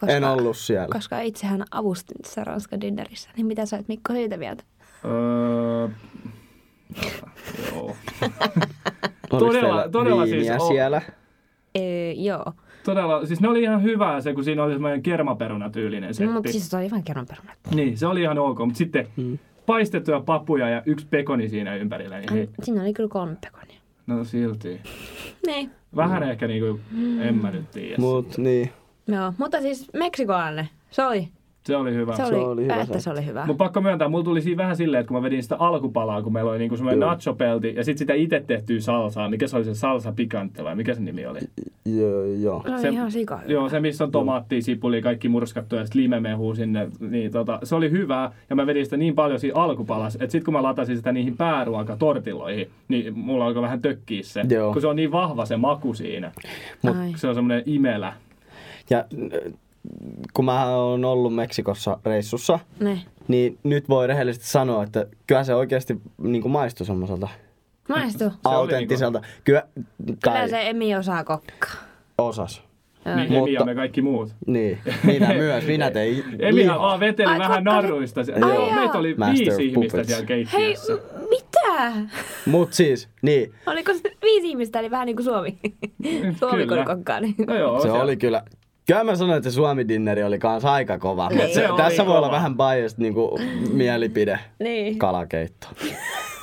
Speaker 1: En ollut siellä.
Speaker 2: Koska itsehän avustin tässä Ranskan dinnerissä. Niin mitä sä oot Mikko siitä mieltä?
Speaker 3: Öö, joo.
Speaker 1: Oliko
Speaker 3: Todella-
Speaker 1: teillä
Speaker 3: todella siis
Speaker 1: viiniä
Speaker 3: on.
Speaker 1: siellä.
Speaker 2: Öö, joo.
Speaker 3: Todella, siis ne oli ihan hyvää se, kun siinä oli semmoinen kermaperunatyylinen setti.
Speaker 2: Mutta siis toi oli ihan kerronperunat.
Speaker 3: Niin, se oli ihan ok, mutta sitten
Speaker 1: Mm.
Speaker 3: paistettuja papuja ja yksi pekoni siinä ympärillä, niin hei,
Speaker 2: Siinä oli kyllä kolme pekonia.
Speaker 3: no silti.
Speaker 2: Niin.
Speaker 3: Vähän
Speaker 1: Mm.
Speaker 3: ehkä niinku, en mä nyt tiedä.
Speaker 1: Mut niin,
Speaker 2: Joo, mutta siis meksikolainen. Se oli.
Speaker 3: Se oli hyvä.
Speaker 2: Se oli,
Speaker 1: oli hyvä
Speaker 2: että se oli hyvä.
Speaker 3: Mun pakko myöntää, mulla tuli siinä vähän silleen, että kun mä vedin sitä alkupalaa, kun meillä oli niinku semmoinen
Speaker 1: Joo.
Speaker 3: nachopelti ja sitten sitä itse tehtyä salsaa. Mikä se oli se salsa pikantte vai mikä se nimi oli?
Speaker 1: joo, joo.
Speaker 2: Se oli
Speaker 3: se-
Speaker 2: ihan sika hyvä.
Speaker 3: Joo, se missä on tomaattia, sipulia, kaikki murskattu ja sitten limemehuu sinne. Niin, tota, se oli hyvää ja mä vedin sitä niin paljon siinä alkupalas, että sitten kun mä latasin sitä niihin pääruokatortilloihin, niin mulla alkoi vähän tökkiä se.
Speaker 1: Joo.
Speaker 3: Kun se on niin vahva se maku siinä.
Speaker 1: Mut-
Speaker 2: Ai.
Speaker 3: Se on semmoinen imelä.
Speaker 1: Ja äh, kun mä oon ollut Meksikossa reissussa,
Speaker 2: Ne.
Speaker 1: niin nyt voi rehellisesti sanoa, että kyllä se oikeasti niin maistui semmoiselta
Speaker 3: niinku-
Speaker 2: Maistu.
Speaker 3: oli
Speaker 1: autenttiselta. Kyllä,
Speaker 2: Kyllä
Speaker 1: tai
Speaker 2: se Emi osaa kokkaa.
Speaker 1: osas.
Speaker 3: Niin
Speaker 1: Mutta-
Speaker 3: Emi ja me kaikki muut.
Speaker 1: Niin, minä myös, minä tein Niin.
Speaker 3: Emihan
Speaker 1: lihaa.
Speaker 3: vaan veteli
Speaker 2: Ai,
Speaker 3: vähän
Speaker 2: kokka-
Speaker 3: naruista. Se-
Speaker 1: Ai
Speaker 3: Joo,
Speaker 2: jaa.
Speaker 3: meitä oli
Speaker 1: Master of
Speaker 3: viisi ihmistä
Speaker 1: Puppets.
Speaker 3: siellä
Speaker 2: Hei,
Speaker 3: keittiössä.
Speaker 2: m- mitä?
Speaker 1: Mut siis, niin,
Speaker 2: Oliko se viisi ihmistä, eli vähän niin kuin Suomi? Suomi kun
Speaker 3: Kyllä.
Speaker 2: kokkaa, niin
Speaker 3: No joo,
Speaker 1: se
Speaker 3: siellä-
Speaker 1: oli kyllä. Kyllä mä sanoin, että se Suomi-dinneri oli kans aika kova, mutta
Speaker 2: Niin.
Speaker 1: se,
Speaker 3: Se oli
Speaker 1: tässä voi olla
Speaker 3: kova.
Speaker 1: vähän biased niinku, mielipide.
Speaker 2: Niin.
Speaker 1: Kalakeitto.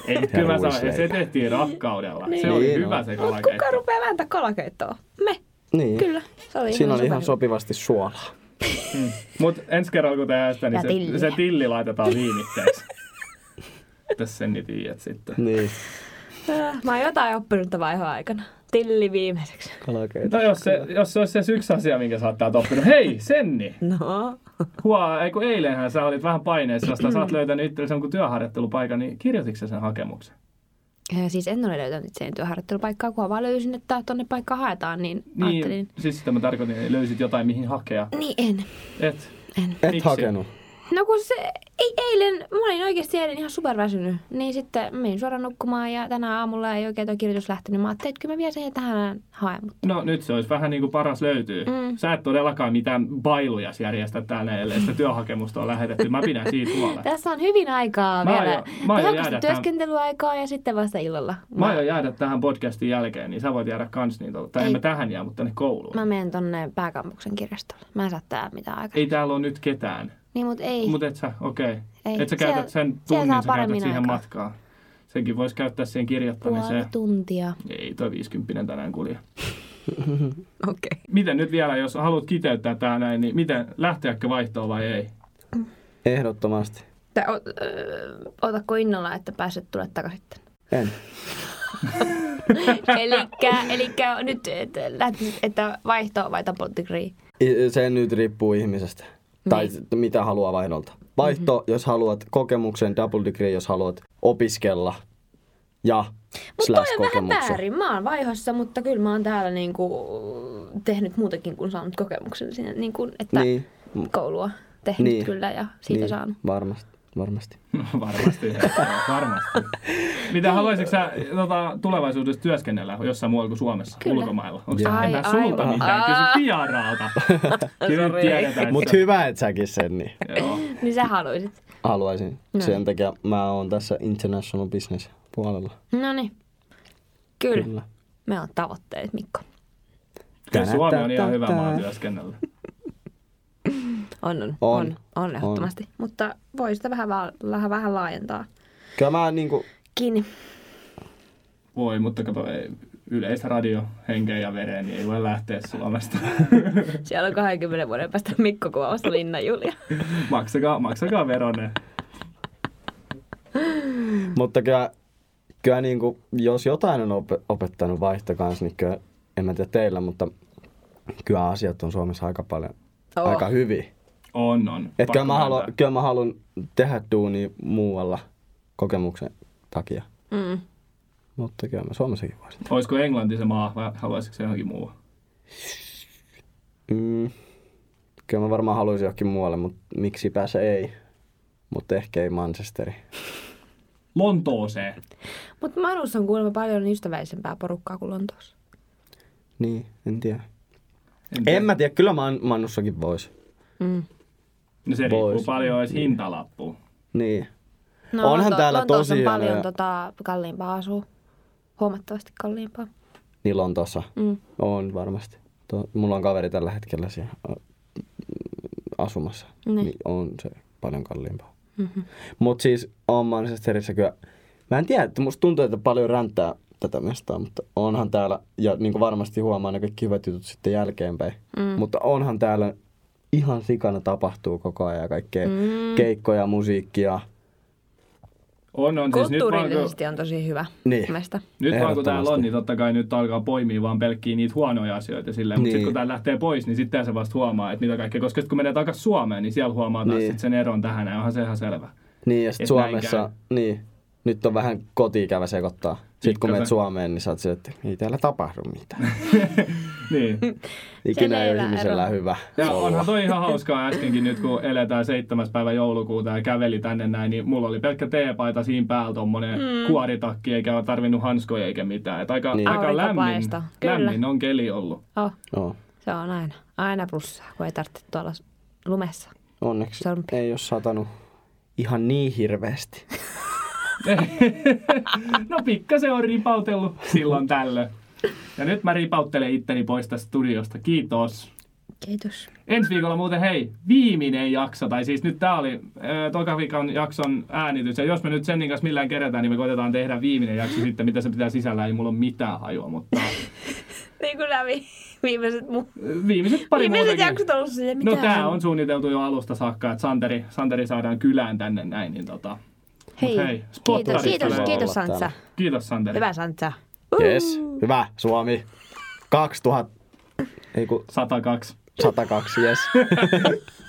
Speaker 3: Ei, kyllä mä sanoin,
Speaker 1: ruisleipä.
Speaker 3: se tehtiin rakkaudella. Se oli
Speaker 1: Niin
Speaker 3: hyvä
Speaker 1: on.
Speaker 3: se
Speaker 2: Mut kuka
Speaker 3: kalakeitto.
Speaker 2: rupeaa vääntää kalakeittoa? Me.
Speaker 1: Niin.
Speaker 2: Kyllä. Se oli
Speaker 1: Siinä oli ihan
Speaker 2: superhyvä.
Speaker 1: sopivasti suolaa.
Speaker 3: Mm. Mut ensi kerralla kun tehdään sitä, niin
Speaker 4: Ja
Speaker 3: se,
Speaker 4: tilliä.
Speaker 3: se tilli laitetaan viimitteeksi. Tässä sen niin tiedät sitten.
Speaker 1: Niin,
Speaker 2: Äh, Mä oon jotain oppinut tämän vaihon aikana. Tilli viimeiseksi.
Speaker 1: kalakeitto.
Speaker 3: No jos se, jos se olisi se yksi asia, minkä sä oot täältä oppinut. Hei, Senni!
Speaker 2: No.
Speaker 3: Huo, ei kun eilenhän sä olit vähän paineessa, vasta sä oot löytänyt itsellesi jonkun työharjoittelupaikan, niin kirjoititko sä sen hakemuksen?
Speaker 2: Ja siis en ole löytänyt itseäni työharjoittelupaikkaa, kun vaan löysin, että tonne paikka haetaan, niin, niin. ajattelin.
Speaker 3: Niin, siis sitä mä tarkoitin, että löysit jotain, mihin hakea.
Speaker 2: Niin en.
Speaker 3: Et,
Speaker 2: En.
Speaker 1: Et
Speaker 3: Miksi?
Speaker 1: hakenut.
Speaker 2: No kun se, ei, eilen, mä olin oikeasti eilen ihan superväsynyt, niin sitten menin suoraan nukkumaan ja tänä aamulla ei oikein tuo kirjoitus lähtenyt. Mä ajattelin, että kyllä mä vielä sen tähän haen, mutta
Speaker 3: no nyt se olisi vähän niin kuin paras löytyy.
Speaker 2: Mm.
Speaker 3: Sä et todellakaan mitään bailuja järjestä täällä, ellei sitä työhakemusta on lähetetty. Mä pidän siitä huolen.
Speaker 2: tässä on hyvin aikaa
Speaker 3: Mä aion-
Speaker 2: vielä.
Speaker 3: mä aion
Speaker 2: Tehokasta
Speaker 3: jäädä tämän-
Speaker 2: työskentelyaikaa ja sitten vasta illalla.
Speaker 3: Mä aion jäädä tähän podcastin jälkeen, niin sä voit jäädä kans niin tota, tai en
Speaker 2: Ei.
Speaker 3: mä tähän jää, mutta tänne kouluun.
Speaker 2: Mä menen tonne pääkampuksen kirjastolle. Mä en saa täällä mitään aikaa.
Speaker 3: Ei täällä ole nyt ketään.
Speaker 2: Niin, mut ei.
Speaker 3: Mut et sä, okei.
Speaker 2: Ei.
Speaker 3: Et sä käytät
Speaker 2: Siellä-
Speaker 3: sen
Speaker 2: siellä saa
Speaker 3: tunnin, sä käytät
Speaker 2: paremmin
Speaker 3: siihen
Speaker 2: aikaa.
Speaker 3: matkaan. Senkin voisi käyttää siihen kirjoittamiseen.
Speaker 2: Puoli tuntia.
Speaker 3: Ei toi 50 tänään kulje.
Speaker 2: Okei. Okay.
Speaker 3: Miten nyt vielä, jos haluat kiteyttää tää näin, niin miten, lähteäkö vaihtoon vai ei?
Speaker 1: Ehdottomasti.
Speaker 2: Tää, o, öö, otatko innolla, että pääset tulla takaisin tänne?
Speaker 1: En.
Speaker 2: elikkä, elikkä nyt, et, lähtisit, että vaihto vai double degree?
Speaker 1: I- Se nyt riippuu ihmisestä. Tai
Speaker 2: Niin. Mhm.
Speaker 1: s- mitä haluaa vaihdolta. Vaihto, mm-hmm. jos haluat kokemuksen, double degree, jos haluat opiskella ja
Speaker 2: Mutta toi
Speaker 1: slash
Speaker 2: on vähän
Speaker 1: kokemuksen.
Speaker 2: väärin. Mä oon vaihossa, mutta kyllä mä oon täällä niinku, tehnyt muutakin kuin saanut kokemuksen siinä, niinku, että
Speaker 1: Niin, m-
Speaker 2: koulua tehnyt
Speaker 1: Niin.
Speaker 2: kyllä ja siitä
Speaker 1: niin.
Speaker 2: saanut.
Speaker 1: Varmasti. Varmasti.
Speaker 3: No, varmasti, joo, varmasti. Mitä haluaisitko sä tota, tulevaisuudessa työskennellä jossain muualla kuin Suomessa,
Speaker 2: Kyllä.
Speaker 3: ulkomailla? Onko sä
Speaker 2: Ai,
Speaker 3: enää
Speaker 2: ai,
Speaker 3: sulta
Speaker 2: ai.
Speaker 3: mitään?
Speaker 2: Aa.
Speaker 3: Kysy vieraalta. Kyllä nyt
Speaker 2: Sorry.
Speaker 3: tiedetään. että
Speaker 1: Mutta
Speaker 3: sä-
Speaker 1: hyvä, että säkin sen niin
Speaker 3: Joo.
Speaker 2: Niin sä haluisit.
Speaker 1: haluaisin.
Speaker 2: No.
Speaker 1: Sen takia mä oon tässä international business puolella.
Speaker 2: No niin. Kyllä.
Speaker 1: Kyllä.
Speaker 2: Me on tavoitteet, Mikko.
Speaker 3: Kyllä Suomi on ihan
Speaker 1: Tää-
Speaker 3: hyvä
Speaker 1: tää-
Speaker 3: maa työskennellä.
Speaker 2: On, on,
Speaker 1: On.
Speaker 2: on, on ehdottomasti. Mutta voi sitä vähän, val- vähän, vähän laajentaa.
Speaker 1: Kyllä mä niinku,
Speaker 2: Kiinni.
Speaker 3: Voi, mutta kato, ei, yleisradio henkeen ja vereen, niin ei voi lähteä Suomesta.
Speaker 2: Siellä on 20 vuoden päästä Mikko kuvaamassa Linna Julia.
Speaker 3: maksakaa, maksakaa veronne.
Speaker 1: mutta kyllä, kyllä niinku, jos jotain on op- opettanut vaihto kanssa, niin kyllä, en mä tiedä teillä, mutta kyllä asiat on Suomessa aika paljon,
Speaker 2: Oo.
Speaker 1: oh. aika hyvin.
Speaker 3: On, on.
Speaker 1: Et
Speaker 3: Pakko
Speaker 1: kyllä, mä haluan,
Speaker 3: myöntää.
Speaker 1: kyllä mä haluan tehdä duunia muualla kokemuksen takia.
Speaker 2: Mm.
Speaker 1: Mutta kyllä mä Suomessakin voisin.
Speaker 3: Olisiko Englanti se maa vai haluaisitko se johonkin muu?
Speaker 1: Mm. Kyllä mä varmaan haluaisin johonkin muualle, mutta miksipä se ei. Mutta ehkä ei Manchesteri.
Speaker 3: Lontooseen.
Speaker 2: Mutta Manussa on kuulemma paljon ystävällisempää porukkaa kuin Lontoossa.
Speaker 1: Niin, en tiedä.
Speaker 3: En tiedä.
Speaker 1: En mä tiedä, kyllä Man- Mannussakin voisi.
Speaker 2: Mm.
Speaker 3: No se riippuu
Speaker 1: Pois.
Speaker 3: paljon edes hintalappuun.
Speaker 1: Niin.
Speaker 2: No,
Speaker 1: Onhan täällä
Speaker 2: Lontoossa
Speaker 1: tosi
Speaker 2: on paljon
Speaker 1: hienoja-
Speaker 2: tota, kalliimpaa asua. Huomattavasti kalliimpaa.
Speaker 1: Niin Lontoossa.
Speaker 3: Siis
Speaker 2: Mm.
Speaker 1: On varmasti. To, mulla on kaveri tällä hetkellä siellä ö, asumassa.
Speaker 2: Niin.
Speaker 1: Niin on se paljon kalliimpaa. Mm-hmm. Mutta siis on Manchesterissa kyllä. Mä en tiedä, että musta tuntuu, että paljon ränttää tätä mestaa, mutta onhan täällä, ja niin kuin varmasti huomaa ne kaikki hyvät jutut sitten jälkeenpäin, mm. mutta onhan täällä ihan sikana tapahtuu koko ajan kaikkea mm. keikkoja, musiikkia.
Speaker 3: On, on siis nyt vaan, kun,
Speaker 2: Kulttuurillisesti on tosi hyvä
Speaker 1: Niin.
Speaker 2: mestä.
Speaker 3: nyt vaan kun täällä
Speaker 1: Ehdottomasti.
Speaker 3: on, niin totta kai nyt alkaa poimia vaan pelkkiä niitä huonoja asioita silleen. Mutta sitten
Speaker 1: Niin.
Speaker 3: kun tää lähtee pois, niin sitten se vasta huomaa, että mitä kaikkea. Koska sit kun menee takaisin Suomeen, niin siellä huomaa taas
Speaker 1: Niin.
Speaker 3: sit sen eron tähän. Ja onhan se ihan selvä.
Speaker 1: Niin, ja sit
Speaker 3: Et
Speaker 1: Suomessa,
Speaker 3: näin
Speaker 1: niin, nyt on vähän kotiikävä sekoittaa. Sitten kun
Speaker 3: Niinpä.
Speaker 1: menet Suomeen, niin sä oot se, että ei täällä tapahdu mitään.
Speaker 3: Niin.
Speaker 1: Ikinä ei ole
Speaker 2: elää
Speaker 1: ihmisellä hyvä.
Speaker 3: Ja
Speaker 1: olla.
Speaker 3: onhan toi ihan hauskaa äskenkin nyt, kun eletään 7. päivä joulukuuta ja käveli tänne näin, niin mulla oli pelkkä teepaita siinä päällä tommonen mm. kuoritakki, eikä ole tarvinnut hanskoja eikä mitään. Et aika,
Speaker 1: Niin.
Speaker 3: aika
Speaker 2: Aurinko
Speaker 3: lämmin,
Speaker 2: paistaa. Kyllä.
Speaker 3: lämmin on keli ollut.
Speaker 2: Oh,
Speaker 1: No,
Speaker 2: se on aina. Aina plussaa, kun ei tarvitse tuolla lumessa.
Speaker 1: onneksi
Speaker 2: Sormpi.
Speaker 1: ei ole satanut ihan niin hirveästi.
Speaker 3: No pikkasen on ripautellut silloin tällöin. Ja nyt mä ripauttelen itteni pois tästä studiosta. Kiitos.
Speaker 2: Kiitos.
Speaker 3: Ensi viikolla muuten hei, viimeinen jakso, tai siis nyt tää oli ö, toka viikon jakson äänitys, ja jos me nyt Sennin kanssa millään kerätään, niin me koitetaan tehdä viimeinen jakso sitten, mitä se pitää sisällä, ei mulla ole mitään hajua, mutta
Speaker 2: Niin kuin nämä vi- viimeiset, mu-
Speaker 3: ö, viimeiset pari
Speaker 2: viimeiset
Speaker 3: muutakin.
Speaker 2: jaksot on ollut silleen, mitä
Speaker 3: No tää on suunniteltu jo alusta saakka, että Santeri, Santeri saadaan kylään tänne näin, niin tota,
Speaker 2: Hei,
Speaker 3: Mut hei,
Speaker 2: kiitos,
Speaker 3: spottarissa
Speaker 2: kiitos,
Speaker 3: voi
Speaker 2: kiitos
Speaker 1: olla
Speaker 2: Santsa.
Speaker 1: täällä.
Speaker 3: kiitos Santeri.
Speaker 2: Hyvä Santsa.
Speaker 1: Yes, hyvä Suomi. 2000, ei kun
Speaker 3: 102.
Speaker 1: 102, yes.